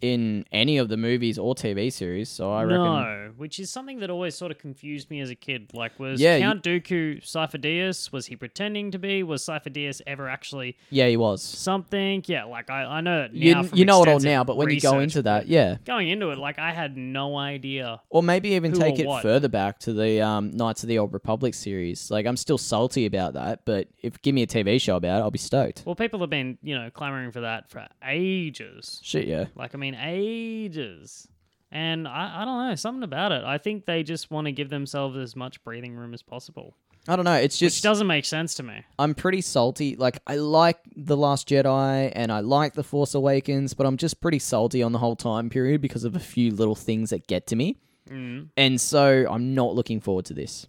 in any of the movies or TV series, so I reckon
No, which is something that always sort of confused me as a kid. Like, was
Yeah, you-
Count Dooku Cypher Deus? Was he pretending to be? Was Cypher Deus ever actually
Yeah, he was.
something? Yeah, like I, I know it now.
You,
from
you know it all
extensive
now, but when you go
research,
into that,
but
yeah.
going into it, like I had no idea.
Or maybe even
Who
take
or
it
what?
further back to the um, Knights of the Old Republic series. Like, I'm still salty about that, but if give me a TV show about it, I'll be stoked.
Well, people have been you know clamoring for that for ages.
Shit, yeah.
Like, I mean, ages. And I, I don't know, something about it. I think they just want to give themselves as much breathing room as possible,
I don't know. It's
which
just
doesn't make sense to me.
I'm pretty salty. Like, I like the Last Jedi and I like the Force Awakens, but I'm just pretty salty on the whole time period because of a few little things that get to me,
Mm.
and so I'm not looking forward to this.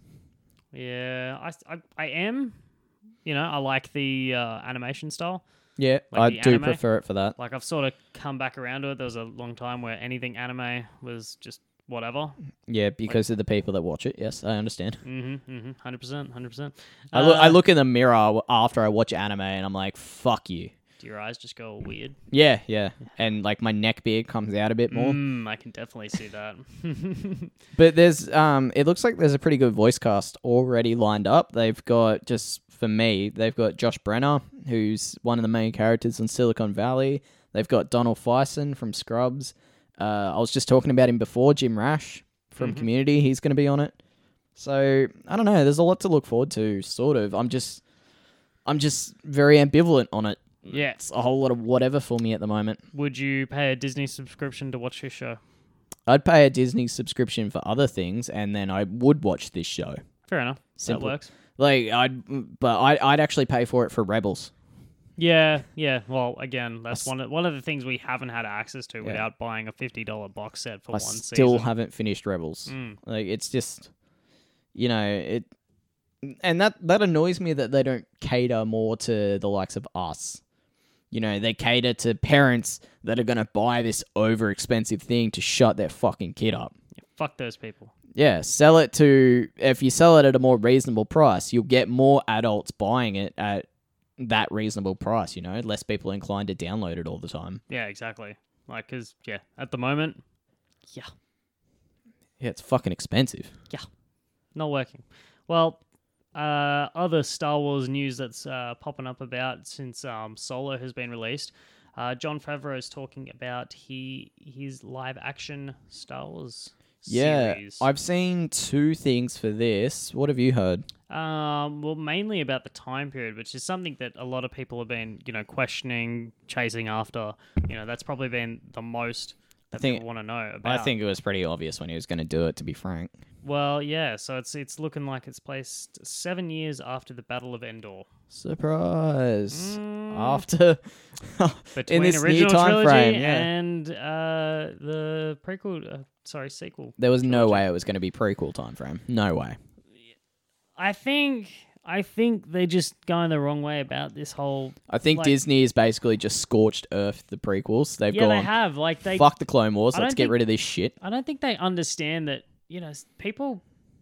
Yeah, I, I, I am. You know, I like the uh, animation style.
Yeah,
Like
I
the
do
anime?
prefer it for that.
Like, I've sort of come back around to it. There was a long time where anything anime was just whatever.
Yeah, because of the people that watch it. Yes, I understand.
hmm hmm 100%, 100%.
I, look, I
Uh,
look in the mirror after I watch anime, and I'm like, "Fuck you."
Do your eyes just go weird?
Yeah, yeah. And like my neck beard comes out a bit more.
Mm, I can definitely see that. (laughs)
But there's um it looks like there's a pretty good voice cast already lined up. They've got just for me, they've got Josh Brenner, who's one of the main characters in Silicon Valley. They've got Donald Fison from Scrubs. Uh, I was just talking about him before, Jim Rash from Community. He's going to be on it. So I don't know. There's a lot to look forward to. Sort of. I'm just, I'm just very ambivalent on it.
yes.
It's a whole lot of whatever for me at the moment.
Would you pay a Disney subscription to watch his show?
I'd pay a Disney subscription for other things, and then I would watch this show.
Fair enough.
Simple.
That works.
Like I'd, but I, I'd actually pay for it for Rebels.
Yeah, yeah. Well, again, that's one of, one of the things we haven't had access to without buying a fifty dollar box set for
I
one
still
season.
haven't finished Rebels.
Mm.
Like it's just, you know, it, and that that annoys me that they don't cater more to the likes of us. You know, they cater to parents that are going to buy this over expensive thing to shut their fucking kid up.
Fuck those people.
Yeah, sell it to if you sell it at a more reasonable price, you'll get more adults buying it at that reasonable price, you know, less people inclined to download it all the time.
Yeah, exactly. Like, cause yeah, at the moment, yeah,
Yeah, it's fucking expensive.
not working. Well, uh, other Star Wars news that's uh, popping up about since um, Solo has been released. Uh, John Favreau is talking about he his live action Star Wars
Yeah.
series.
I've seen two things for this. What have you heard?
Um, well, mainly about the time period, which is something that a lot of people have been, you know, questioning, chasing after. You know, that's probably been the most that
think-
people want to know about.
I think it was pretty obvious when he was going to do it, to be frank.
Well, yeah. So it's it's looking like it's placed seven years after the Battle of Endor.
Surprise. After (laughs) in this new
Mm. original
time
trilogy
frame, yeah.
and uh, the prequel, uh, sorry, sequel.
there was no way it was going to be prequel time frame. No way.
I think I think they're just going the wrong way about this whole.
I think
Like-
Disney has basically just scorched earth the prequels. They've
Yeah,
gone
they have like they
fuck the Clone Wars.
I
Let's
don't
get
think-
rid of this shit.
I don't think they understand that you know s- people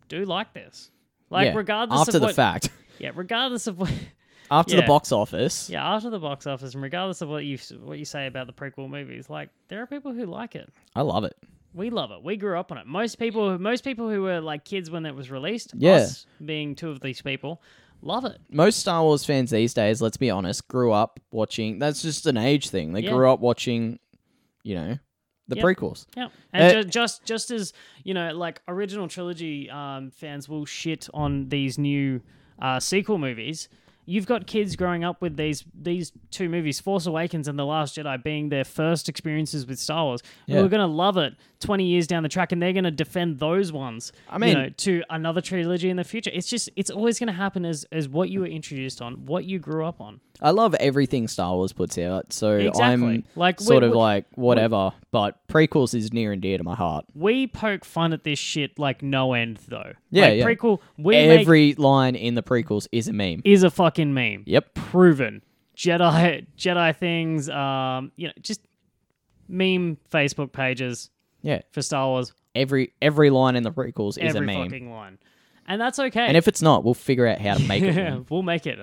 do like this. Like
Yeah,
regardless
after
of
the
what,
fact, (laughs)
yeah, regardless of what, (laughs)
after the
Yeah.
box office.
yeah, after the box office, and regardless of what you s- what you say about the prequel movies, like there are people who like it.
I love it.
We love it. We grew up on it. Most people, most people who were like kids when it was released,
Yeah.
us being two of these people, love it.
Most Star Wars fans these days, let's be honest, grew up watching. That's just an age thing. They
Yeah.
grew up watching, you know, the
Yep.
prequels.
Yeah, and
Uh,
ju- just just as you know, like original trilogy um, fans will shit on these new uh, sequel movies. You've got kids growing up with these these two movies, Force Awakens and The Last Jedi, being their first experiences with Star Wars.
Yeah.
And we're gonna love it twenty years down the track, and they're gonna defend those ones.
I mean-
you know, to another trilogy in the future. It's just it's always gonna happen as as what you were introduced on, what you grew up on.
I love everything Star Wars puts out, so I'm
Exactly. Like, we-
sort of
we-
like whatever. but prequels is near and dear to my heart.
We poke fun at this shit like no end, though.
Yeah,
like,
yeah.
prequel. We make
Every line in the prequels is a meme.
is a fucking meme.
Yep.
Proven. Jedi Jedi things, um, you know, just meme Facebook pages
Yeah.
for Star Wars.
Every every line in the prequels is
every
a meme.
fucking one. And that's okay.
And if it's not, we'll figure out how to
(laughs)
make it.
yeah,
one.
we'll make it.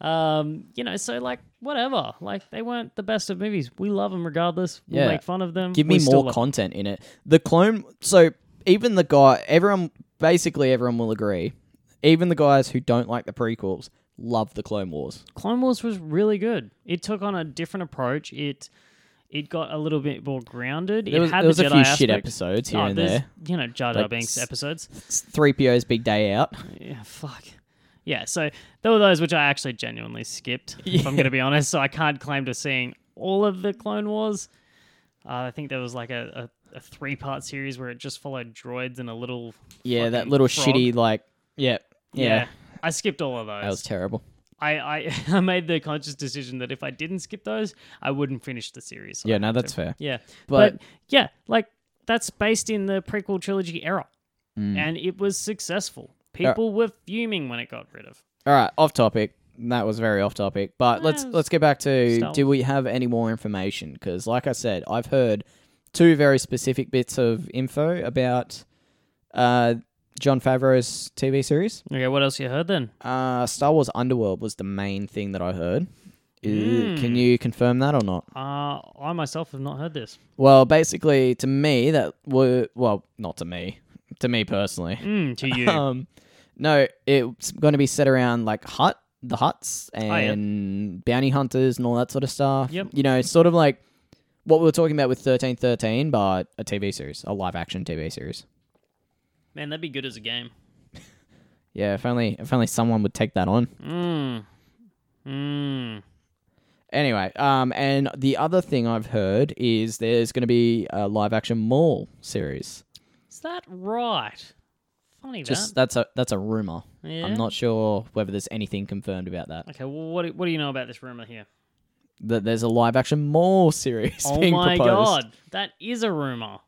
Um, you know, so like whatever. Like they weren't the best of movies. We love them regardless. We'll
Yeah.
make fun of them.
Give
We
me
still
more
love
content in it. The clone. So even the guy, everyone, basically everyone will agree. Even the guys who don't like the prequels love the Clone Wars.
Clone Wars was really good. It took on a different approach. It it got a little bit more grounded.
There
it
was,
had
there was
the
a
Jedi
few shit
aspect.
episodes here
Oh,
and
there's,
there.
You know, Jar Jar
Like
Binks
s-
episodes.
Three PO's big day out.
Yeah, fuck. Yeah, so there were those which I actually genuinely skipped, if I'm going to be honest. So I can't claim to seeing all of the Clone Wars. Uh, I think there was like a, a, a three part series where it just followed droids and a little.
Yeah, that
fucking
little
frog.
shitty like. Yeah, yeah,
Yeah. I skipped all of those.
That was terrible.
I, I, (laughs) I made the conscious decision that if I didn't skip those, I wouldn't finish the series. so I
Yeah, no,
had to.
that's fair.
Yeah.
But-
But, yeah, like that's based in the prequel trilogy era.
Mm.
And it was successful.
Er
People were fuming when it got rid of.
All right, off topic. That was very off topic, but let's
it's
let's get back to
Star
do we have any more information? Because like I said, I've heard two very specific bits of info about uh, John Favreau's TV series.
Okay, what else you heard then?
Uh, Star Wars Underworld was the main thing that I heard. Uh, Can you confirm that or not?
Uh, I myself have not heard this.
Well, basically, to me, that were well, not to me, to me personally.
Mm, to
(laughs)
you.
Um, no, it's going to be set around like hut, the huts,
Oh, yeah.
and bounty hunters and all that sort of stuff.
Yep.
You know, sort of like what we were talking about with thirteen thirteen, but a TV series, a live action TV series.
Man, that'd be good as a game. Hmm.
Yeah, if only if only someone would take that on.
Mm. Mm.
Anyway, um, and the other thing I've heard is there's going to be a live action Maul series.
Is that right? Funny
Just
that.
that's a that's a rumor.
Yeah?
I'm not sure whether there's anything confirmed about that.
Okay, well, what, do- what do you know about this rumor
(laughs)
here?
That there's a live action Maul (laughs) series
Oh
being
my
proposed.
god, that is a rumor.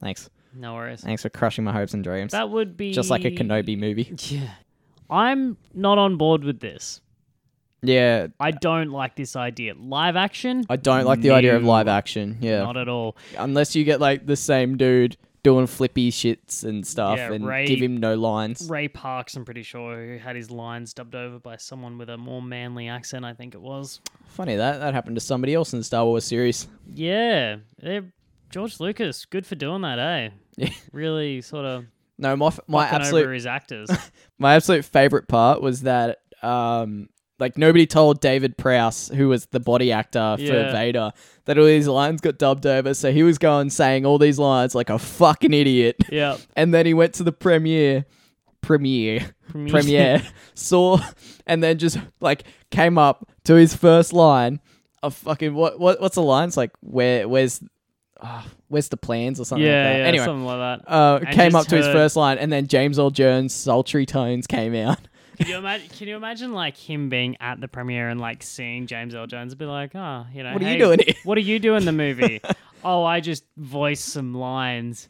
Thanks,
No worries.
thanks for crushing my hopes and dreams.
That would be
Just like a Kenobi movie.
(laughs) Yeah, I'm not on board with this.
Yeah,
I don't like this idea. Live action?
I don't like the idea of
No.
live action. Yeah,
Not at all.
unless you get like the same dude doing flippy shits and stuff,
Yeah,
and
Ray-
give him no lines.
Ray Parks, I'm pretty sure, who had his lines dubbed over by someone with a more manly accent, I think it was.
Funny that that happened to somebody else in the Star Wars series.
Yeah, they're- George Lucas, good for doing that, eh?
Yeah.
Really sort of
No, my f- my
fucking
absolute
over his actors.
(laughs) my absolute favorite part was that um like nobody told David Prowse, who was the body actor
Yeah.
for Vader, that all these lines got dubbed over. So he was going saying all these lines like a fucking idiot. (laughs)
yeah.
And then he went to the premiere, premiere,
Premier. (laughs)
premiere, saw, and then just like came up to his first line of fucking what what what's the line? It's like where where's ah, where's the plans or something
Yeah,
like that.
yeah,
anyway,
something like that.
uh,
And
came
just
up to his
heard-
first line, and then James Earl Jones' sultry tones came out.
Can you, imagine, can you imagine like him being at the premiere and like seeing James L. Jones and be like, ah, you know,
What are you
"Hey,
doing here?"
What do you do in the
(laughs)
movie? oh, I just voiced some lines.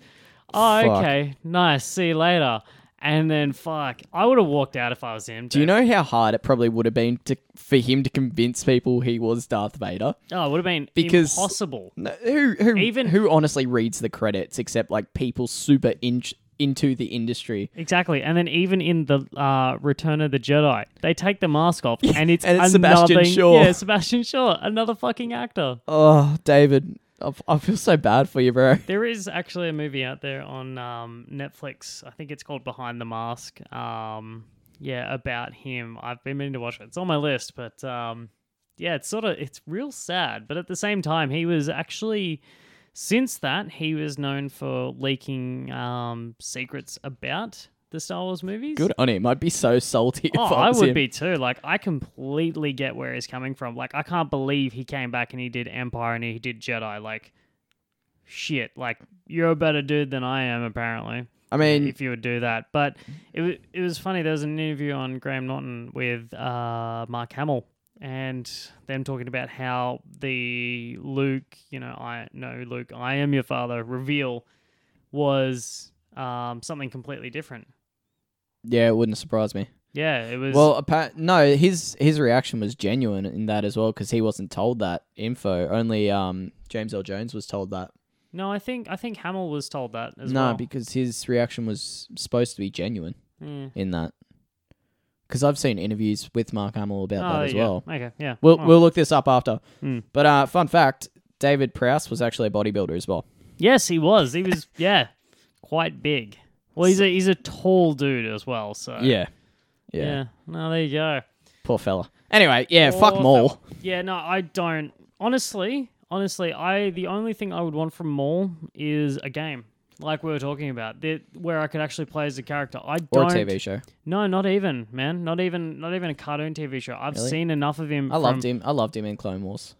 Oh,
Fuck.
okay, nice. See you later. And then fuck, I would have walked out if I was him.
Do you know how hard it probably would have been to for him to convince people he was Darth Vader?
Oh, it would have been
Because-
impossible.
No, who who
Even-
who honestly reads the credits except like people super in, into the industry?
Exactly, and then even in the uh, Return of the Jedi, they take the mask off, and it's,
and it's
another,
Sebastian Shaw.
Yeah, Sebastian Shaw, another fucking actor.
Oh, David, I, I feel so bad for you, bro.
There is actually a movie out there on um, Netflix. I think it's called Behind the Mask. Um, yeah, about him. I've been meaning to watch it. It's on my list, but um, yeah, it's sort of it's real sad. But at the same time, he was actually since that he was known for leaking um, secrets about the Star Wars movies.
Good on him. I'd be so salty. If
Oh,
I,
I
was
would
him.
be too. Like, I completely get where he's coming from. Like, I can't believe he came back and he did Empire and he did Jedi. Like, shit. Like, you're a better dude than I am, apparently,
I mean,
if you would do that. But it, wa- it was funny. There was an interview on Graham Norton with uh, Mark Hamill and them talking about how the Luke, you know, I no Luke, I am your father reveal was um, something completely different.
yeah, it wouldn't surprise me.
Yeah, it was.
Well, appa- no, his his reaction was genuine in that as well because he wasn't told that info. Only um, James L. Jones was told that.
No, I think I think Hamill was told that as
No,
well.
because his reaction was supposed to be genuine
Yeah.
in that. Because I've seen interviews with Mark Hamill about
Oh,
that as
yeah.
well.
Okay, yeah.
We'll
Oh.
we'll look this up after.
Hmm.
But uh, fun fact: David Prowse was actually a bodybuilder as well.
yes, he was. He was (laughs) yeah, quite big. Well, he's a he's a tall dude as well. So
yeah.
Oh,
yeah,
yeah. No, there you go.
Poor fella. Anyway, yeah, fuck
Poor
Maul.
fella. Yeah, no, I don't. Honestly, honestly, I the only thing I would want from Maul is a game like we were talking about that where I could actually play as a character. I
Or a
don't.
TV show.
No, not even man. Not even not even a cartoon TV show. I've
Really?
seen enough of him.
I loved him. I loved him in Clone Wars.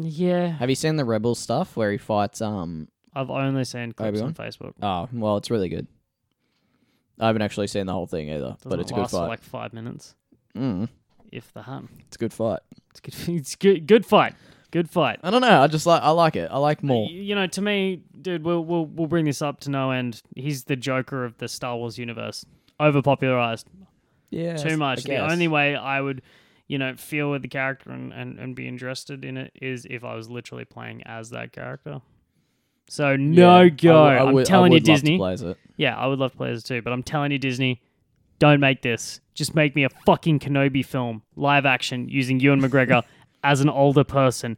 Yeah,
Have you seen the Rebel stuff where he fights? Um,
I've only seen clips on
Obi-Wan?
Facebook.
oh, well, it's really good. I haven't actually seen the whole thing either, but
Doesn't
it's a good
last for
fight.
Like five minutes,
Mm,
if that.
it's a good fight.
It's good. (laughs) It's good. Good fight. Good fight.
I don't know. I just like. I like it. I like
Y-
Maul.
You know, to me, dude, we'll we'll we'll bring this up to no end. He's the Joker of the Star Wars universe. Overpopularized
Yeah,
too much. The only way I would, you know, feel with the character and, and, and be interested in it is if I was literally playing as that character. So no go. I am telling you, Disney. Yeah, I would love players too, but I'm telling you, Disney, don't make this. Just make me a fucking Kenobi film, live action, using Ewan
(laughs)
McGregor as an older person.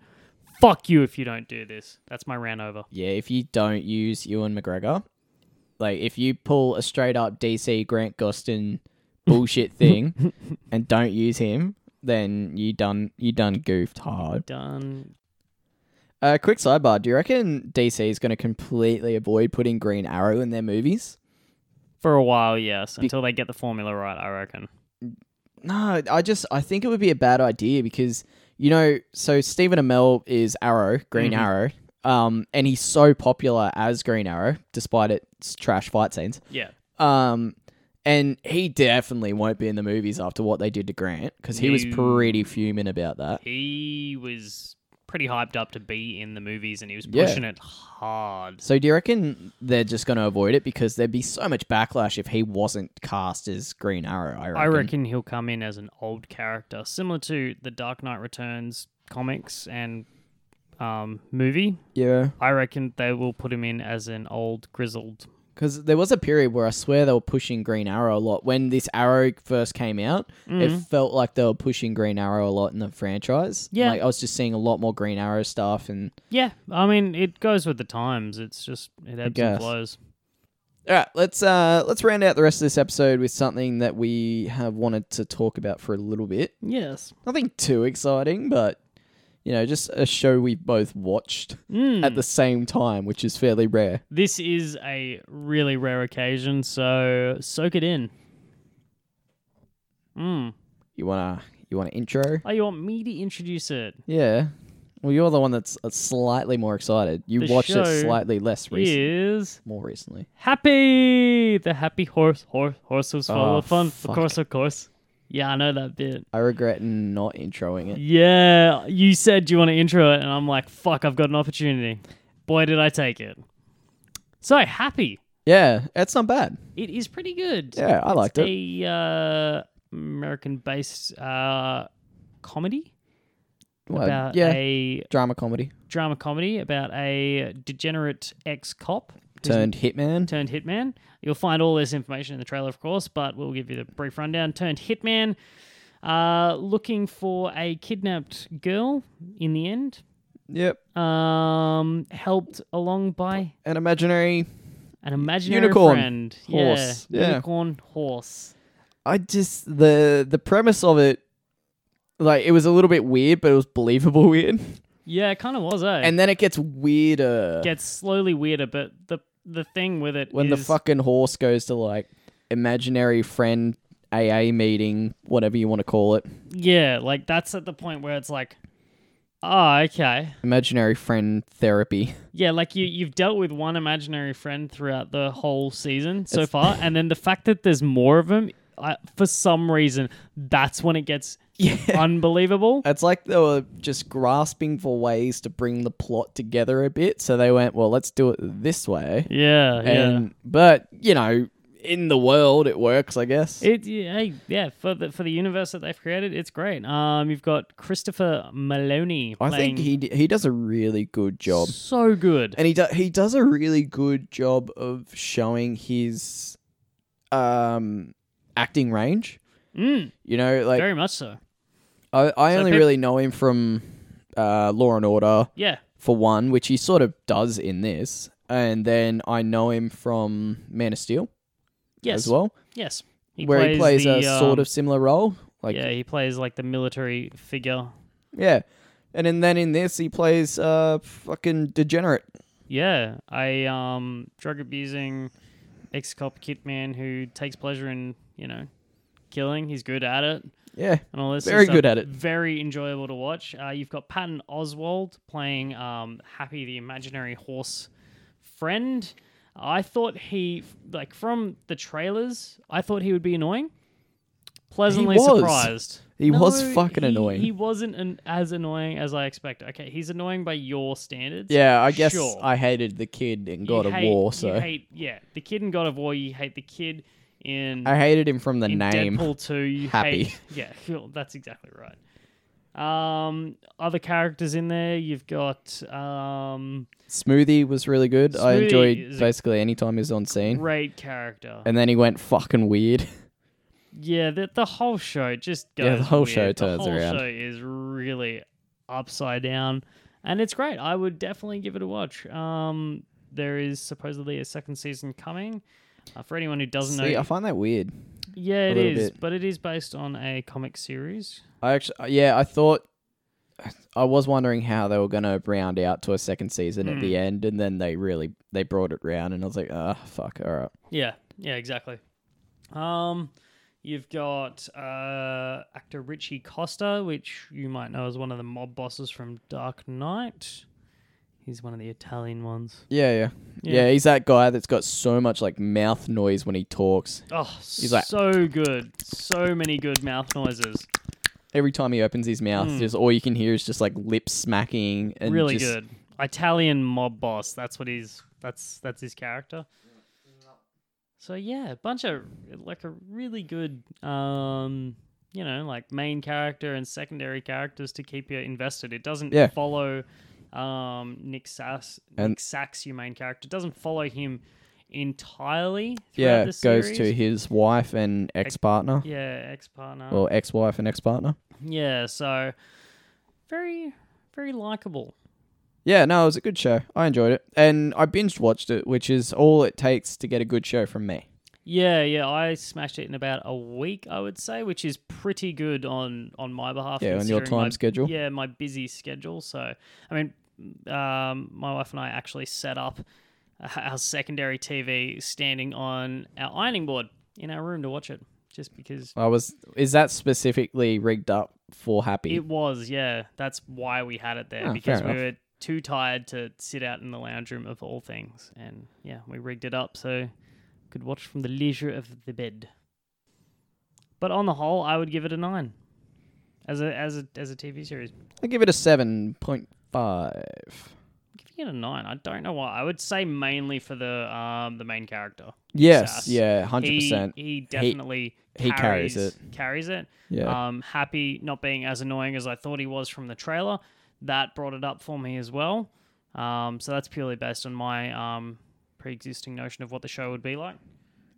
Fuck you if you don't do this. That's my rant over.
Yeah, if you don't use Ewan McGregor, like if you pull a straight up DC Grant Gustin bullshit thing and don't use him, then you done you done goofed hard.
Done.
Uh, quick sidebar: Do you reckon DC is going to completely avoid putting Green Arrow in their movies?
For a while, yes, until they get the formula right, I reckon.
No, I just I think it would be a bad idea because You know, so Stephen Amell is Arrow, Green Arrow, um, and he's so popular as Green Arrow, despite its trash fight scenes.
Yeah.
Um, and he definitely won't be in the movies after what they did to Grant because he was
No.
pretty fuming about that.
He was pretty hyped up to be in the movies and he was
Yeah.
pushing it hard.
So do you reckon they're just going to avoid it because there'd be so much backlash if he wasn't cast as Green Arrow? I reckon.
I reckon he'll come in as an old character, similar to the Dark Knight Returns comics and um, movie.
Yeah,
I reckon they will put him in as an old grizzled.
because there was a period where I swear they were pushing Green Arrow a lot. When this Arrow first came out, it felt like they were pushing Green Arrow a lot in the franchise.
Yeah.
like I was just seeing a lot more Green Arrow stuff, and
Yeah, I mean it goes with the times. It's just it ebbs and
guess.
flows.
All right, let's uh let's round out the rest of this episode with something that we have wanted to talk about for a little bit.
Yes.
Nothing too exciting, but you know, just a show we both watched at the same time, which is fairly rare.
Hmm. This is a really rare occasion, so soak it in. Mm.
You wanna you want to intro?
Oh, you want me to introduce it?
Yeah. Well, you're the one that's uh, slightly more excited. You
The
watched
show
it slightly less recently.
Is
More recently.
happy the happy horse horse horse was full
Oh,
of fun.
fuck.
Of course, of course. Yeah, I know that bit.
I regret not introing it.
Yeah, you said you want to intro it, and I'm like, fuck, I've got an opportunity. Boy, did I take it. So happy.
Yeah, it's not bad.
It is pretty good.
Yeah, I liked it.
A uh, American based uh, comedy
Well,
about
yeah,
a
drama comedy
drama comedy about a degenerate ex cop
turned hitman.
turned hitman. You'll find all this information in the trailer, of course, but we'll give you the brief rundown. Turned hitman, uh, looking for a kidnapped girl in the end,
yep,
um, helped along by
an imaginary
an imaginary
Unicorn
friend.
horse,
Yeah,
yeah.
Unicorn horse.
I just the the premise of it, like it was a little bit weird, but it was believable (laughs) weird.
Yeah, it kind of was, eh?
And then it gets weirder
gets slowly weirder, but the the thing with it
when the
is-
fucking horse goes to like imaginary friend AA meeting, whatever you want to call it,
yeah, like that's at the point where it's like, oh, okay,
imaginary friend therapy. (laughs)
yeah, like you you've dealt with one imaginary friend throughout the whole season so far, and then the fact that there's more of them, I, for some reason, that's when it
(laughs)
gets unbelievable.
It's like they were just grasping for ways to bring the plot together a bit, so they went, "Well, let's do it this way."
Yeah, yeah.
And but you know, in the world, it works, I guess.
It yeah, hey, yeah for the for the universe that they've created, it's great. Um, you've got Christopher Maloney.
I
playing
think he d- he does a really good job.
so good.
and he do- he does a really good job of showing his um acting range.
Mm,
You know, like
very much so.
I, I
So
only
peop-
really know him from uh, Law and Order
Yeah,
for one, which he sort of does in this, and then I know him from Man of Steel
yes,
as well,
Yes, he
where he plays
the,
a sort
um,
of similar role. Like
yeah, he plays like the military figure.
yeah. And then- then in this, he plays uh fucking degenerate.
Yeah, a um, drug abusing ex cop kid man who takes pleasure in you know killing. He's good at it
Yeah,
and all this.
Very
stuff.
good at it.
Very enjoyable to watch. Uh, you've got Patton Oswald playing um, Happy the imaginary horse friend. I thought he like from the trailers. I thought he would be annoying. Pleasantly
was.
surprised.
he was
No,
fucking
he-
annoying.
He wasn't an, as annoying as I expected. Okay, he's annoying by your standards.
yeah, I guess
sure.
I hated the kid in God
you
of
hate-
War. So
you hate, yeah, the kid in God of War. You hate the kid in,
I hated him from the
in
name.
Deadpool Two. You
Happy.
hate, (laughs) yeah, cool, that's exactly right. Um, other characters in there. You've got um,
Smoothie was really good. I
Smoothie
enjoyed
is a-
basically any time he was on scene.
great character.
And then he went
(laughs)
fucking weird.
Yeah, the the whole show just goes.
Yeah, the whole
weird.
show turns
The whole
around.
show is really upside down, and it's great. I would definitely give it a watch. Um, there is supposedly a second season coming. Uh, for anyone who doesn't
See,
know,
I find that weird.
yeah, it
little
is,
bit.
but it is based on a comic series.
I actually, yeah, I thought I was wondering how they were gonna round out to a second season at
Hmm.
the end, and then they really they brought it round, and I was like, ah, fuck, all right.
Yeah, yeah, exactly. Um, You've got uh, actor Richie Costa, which you might know as one of the mob bosses from Dark Knight. He's one of the Italian ones.
Yeah, yeah, yeah.
Yeah.
he's that guy that's got so much like mouth noise when he talks.
Oh,
like-
so good. So many good mouth noises.
Every time he opens his mouth, just all you can hear is just like lip smacking and
Hmm. really
just-
good. Italian mob boss. That's what he's. That's that's his character. So yeah, a bunch of like a really good, um, you know, like main character and secondary characters to keep you invested. It doesn't
Yeah.
follow um, Nick Sass.
And-
Nick Sachs, your main character, doesn't follow him entirely. Throughout
Yeah,
the
goes to
series.
his wife and ex partner,
yeah ex partner.
or ex wife and ex partner.
yeah, so very very likable.
Yeah, no, it was a good show. I enjoyed it, and I binge watched it, which is all it takes to get a good show from me.
Yeah, yeah, I smashed it in about a week, I would say, which is pretty good on on my behalf.
Yeah, on your
considering my-
time schedule.
Yeah, my busy schedule. So, I mean, um, my wife and I actually set up our secondary TV standing on our ironing board in our room to watch it, just because
I was is that specifically rigged up for Happy?
it was. Yeah, that's why we had it there
Ah,
because
fair
we
enough.
were too tired to sit out in the lounge room of all things, and yeah, we rigged it up so could watch from the leisure of the bed. But on the whole, I would give it a nine. As a as a as a TV series,
I give it a seven point five.
giving it a nine. I don't know why. I would say mainly for the um the main character.
Yes,
Sass.
yeah, hundred percent.
He, he definitely
he carries
Carries it.
Yeah,
Um, happy not being as annoying as I thought he was from the trailer. That brought it up for me as well. Um, so that's purely based on my um, pre-existing notion of what the show would be like.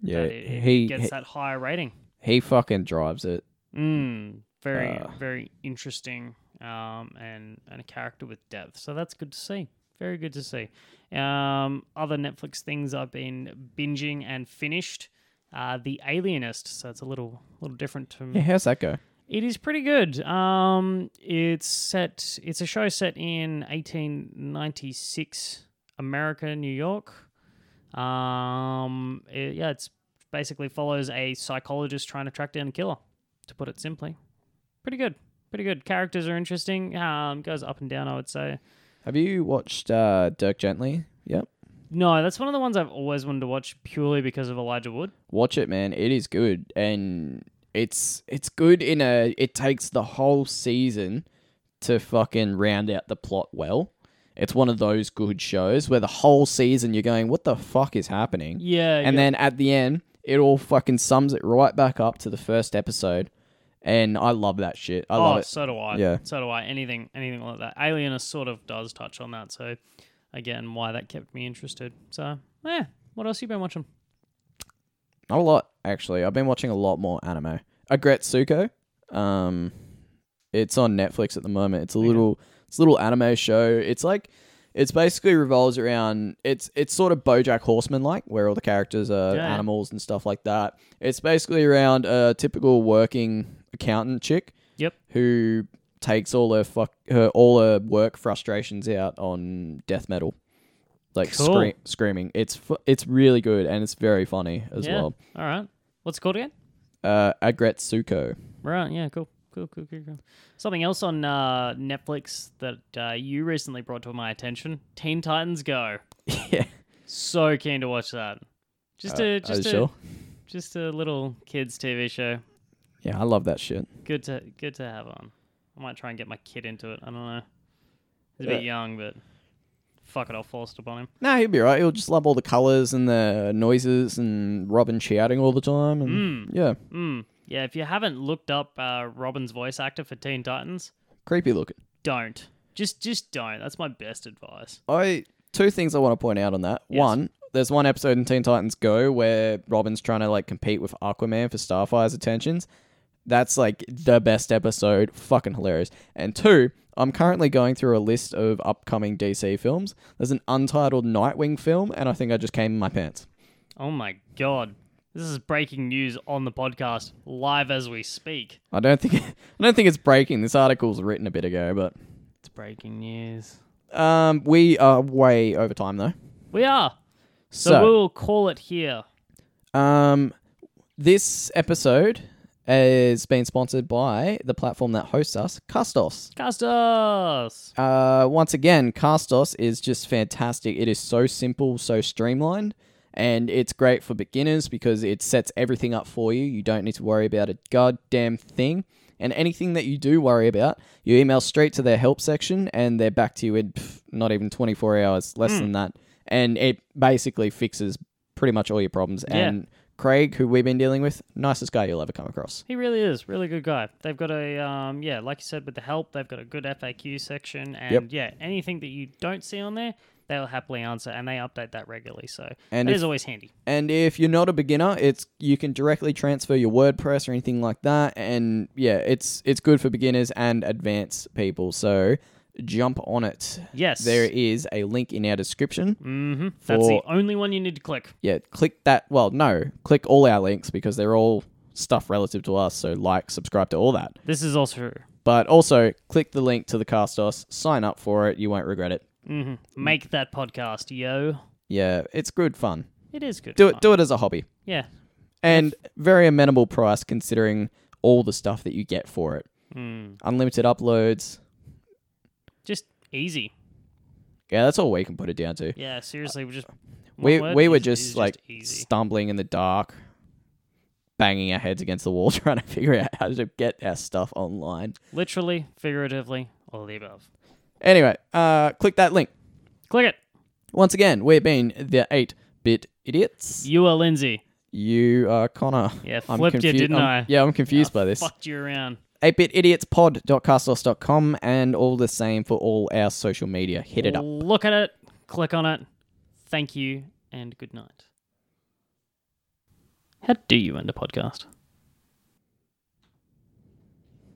yeah.
That it, it
he
gets
he,
that higher rating.
he fucking drives it.
Mm, very
Uh.
very interesting um, and and a character with depth. So that's good to see. Very good to see. Um, other Netflix things I've been binging and finished. Uh, the Alienist. So it's a little little different to
Yeah, how's that go?
it is pretty good. Um, it's set. It's a show set in 1896 America, New York. Um, it- yeah, it's basically follows a psychologist trying to track down a killer. To put it simply, pretty good. Pretty good. Characters are interesting. Um, goes up and down. I would say.
Have you watched uh, Dirk Gently? Yep.
No, that's one of the ones I've always wanted to watch purely because of Elijah Wood.
Watch it, man. It is good, and it's it's good in a. It takes the whole season to fucking round out the plot well. It's one of those good shows where the whole season you're going, what the fuck is happening?
Yeah,
and then at the end, it all fucking sums it right back up to the first episode, and I love that shit. I
oh,
love it.
so do I.
Yeah.
So do I. Anything, anything like that. Alienist sort of does touch on that. So, again, why that kept me interested. So, yeah. What else you been watching?
Not a lot actually. I've been watching a lot more anime. Agretsuko, um, it's on Netflix at the moment. It's a little, it's a little anime show. It's like, it's basically revolves around. It's it's sort of BoJack Horseman like, where all the characters are
Yeah.
animals and stuff like that. It's basically around a typical working accountant chick.
Yep.
who takes all her fuck her all her work frustrations out on death metal, like
Cool.
scream, screaming. It's fu- it's really good and it's very funny as
yeah.
well.
All right. What's it called again?
Uh, Agretsuko.
Right. Yeah. Cool. Cool. Cool. Cool. Cool. Something else on uh, Netflix that uh, you recently brought to my attention: Teen Titans Go.
yeah,
So keen to watch that. (laughs) Just a
Uh, are you
just a
sure?
just a little kids TV show.
Yeah, I love that shit.
Good to good to have on. I might try and get my kid into it. I don't know. He's a bit young, but fuck it, I'll force it upon him.
No, he'll be right. He'll just love all the colors and the noises and Robin shouting all the time. And yeah,
Mm. Yeah, if you haven't looked up uh, Robin's voice actor for Teen Titans,
creepy looking.
don't. Just just don't. That's my best advice.
I two things I want to point out on that.
Yes.
One, there's one episode in Teen Titans Go where Robin's trying to like compete with Aquaman for Starfire's attentions. That's like the best episode, fucking hilarious. And two, I'm currently going through a list of upcoming DC films. There's an untitled Nightwing film, and I think I just came in my pants.
Oh my god. This is breaking news on the podcast live as we speak.
I don't think (laughs) I don't think it's breaking. This article's written a bit ago, but
It's breaking news.
um, we are way over time though.
We are. So,
So-
we will call it here.
Um, this episode is being sponsored by the platform that hosts us, Castos.
Castos.
Uh, once again, Castos is just fantastic. It is so simple, so streamlined, and it's great for beginners because it sets everything up for you. You don't need to worry about a goddamn thing. And anything that you do worry about, you email straight to their help section and they're back to you in pff, not even 24 hours, less than that. And it basically fixes pretty much all your problems.
Yeah.
And Craig, who we've been dealing with, nicest guy you'll ever come across.
He really is really good guy. They've got a um, yeah, like you said, with the help, they've got a good FAQ section, and yeah, anything that you don't see on there, they'll happily answer, and they update that regularly. So
And
it
if-
is always handy.
And if you're not a beginner, it's you can directly transfer your WordPress or anything like that. And yeah, it's it's good for beginners and advanced people. So jump on it.
Yes,
There is a link in our description.
Mm-hmm. That's the
for-
only one you need to click.
Yeah, click that. Well, no, click all our links because they're all stuff relative to us. So like, subscribe to all that.
This is also true.
But also click the link to the Castos. Sign up for it. You won't regret it.
hmm Make that podcast, yo.
Yeah, it's good fun.
It is good.
Do
fun.
it. Do it as a hobby.
Yeah.
and very amenable price considering all the stuff that you get for it.
Mm.
Unlimited uploads.
Just easy.
Yeah, that's all we can put it down to.
Yeah, seriously, we just
We
one word
we were
is-
just
is
like
easy.
stumbling in the dark, banging our heads against the wall (laughs) trying to figure out how to get our stuff online.
Literally, figuratively, all of the above.
Anyway, uh click that link.
Click it.
Once again, we've been the 8-bit idiots.
You are Lindsay.
You are Connor.
Yeah, flipped you, didn't
I'm-
I? Ah,
Yeah, I'm confused by this.
Fucked you around.
8bitidiotspod.castos.com and all the same for all our social media. Hit it up.
Look at it. Click on it. Thank you and good night. How do you end a podcast?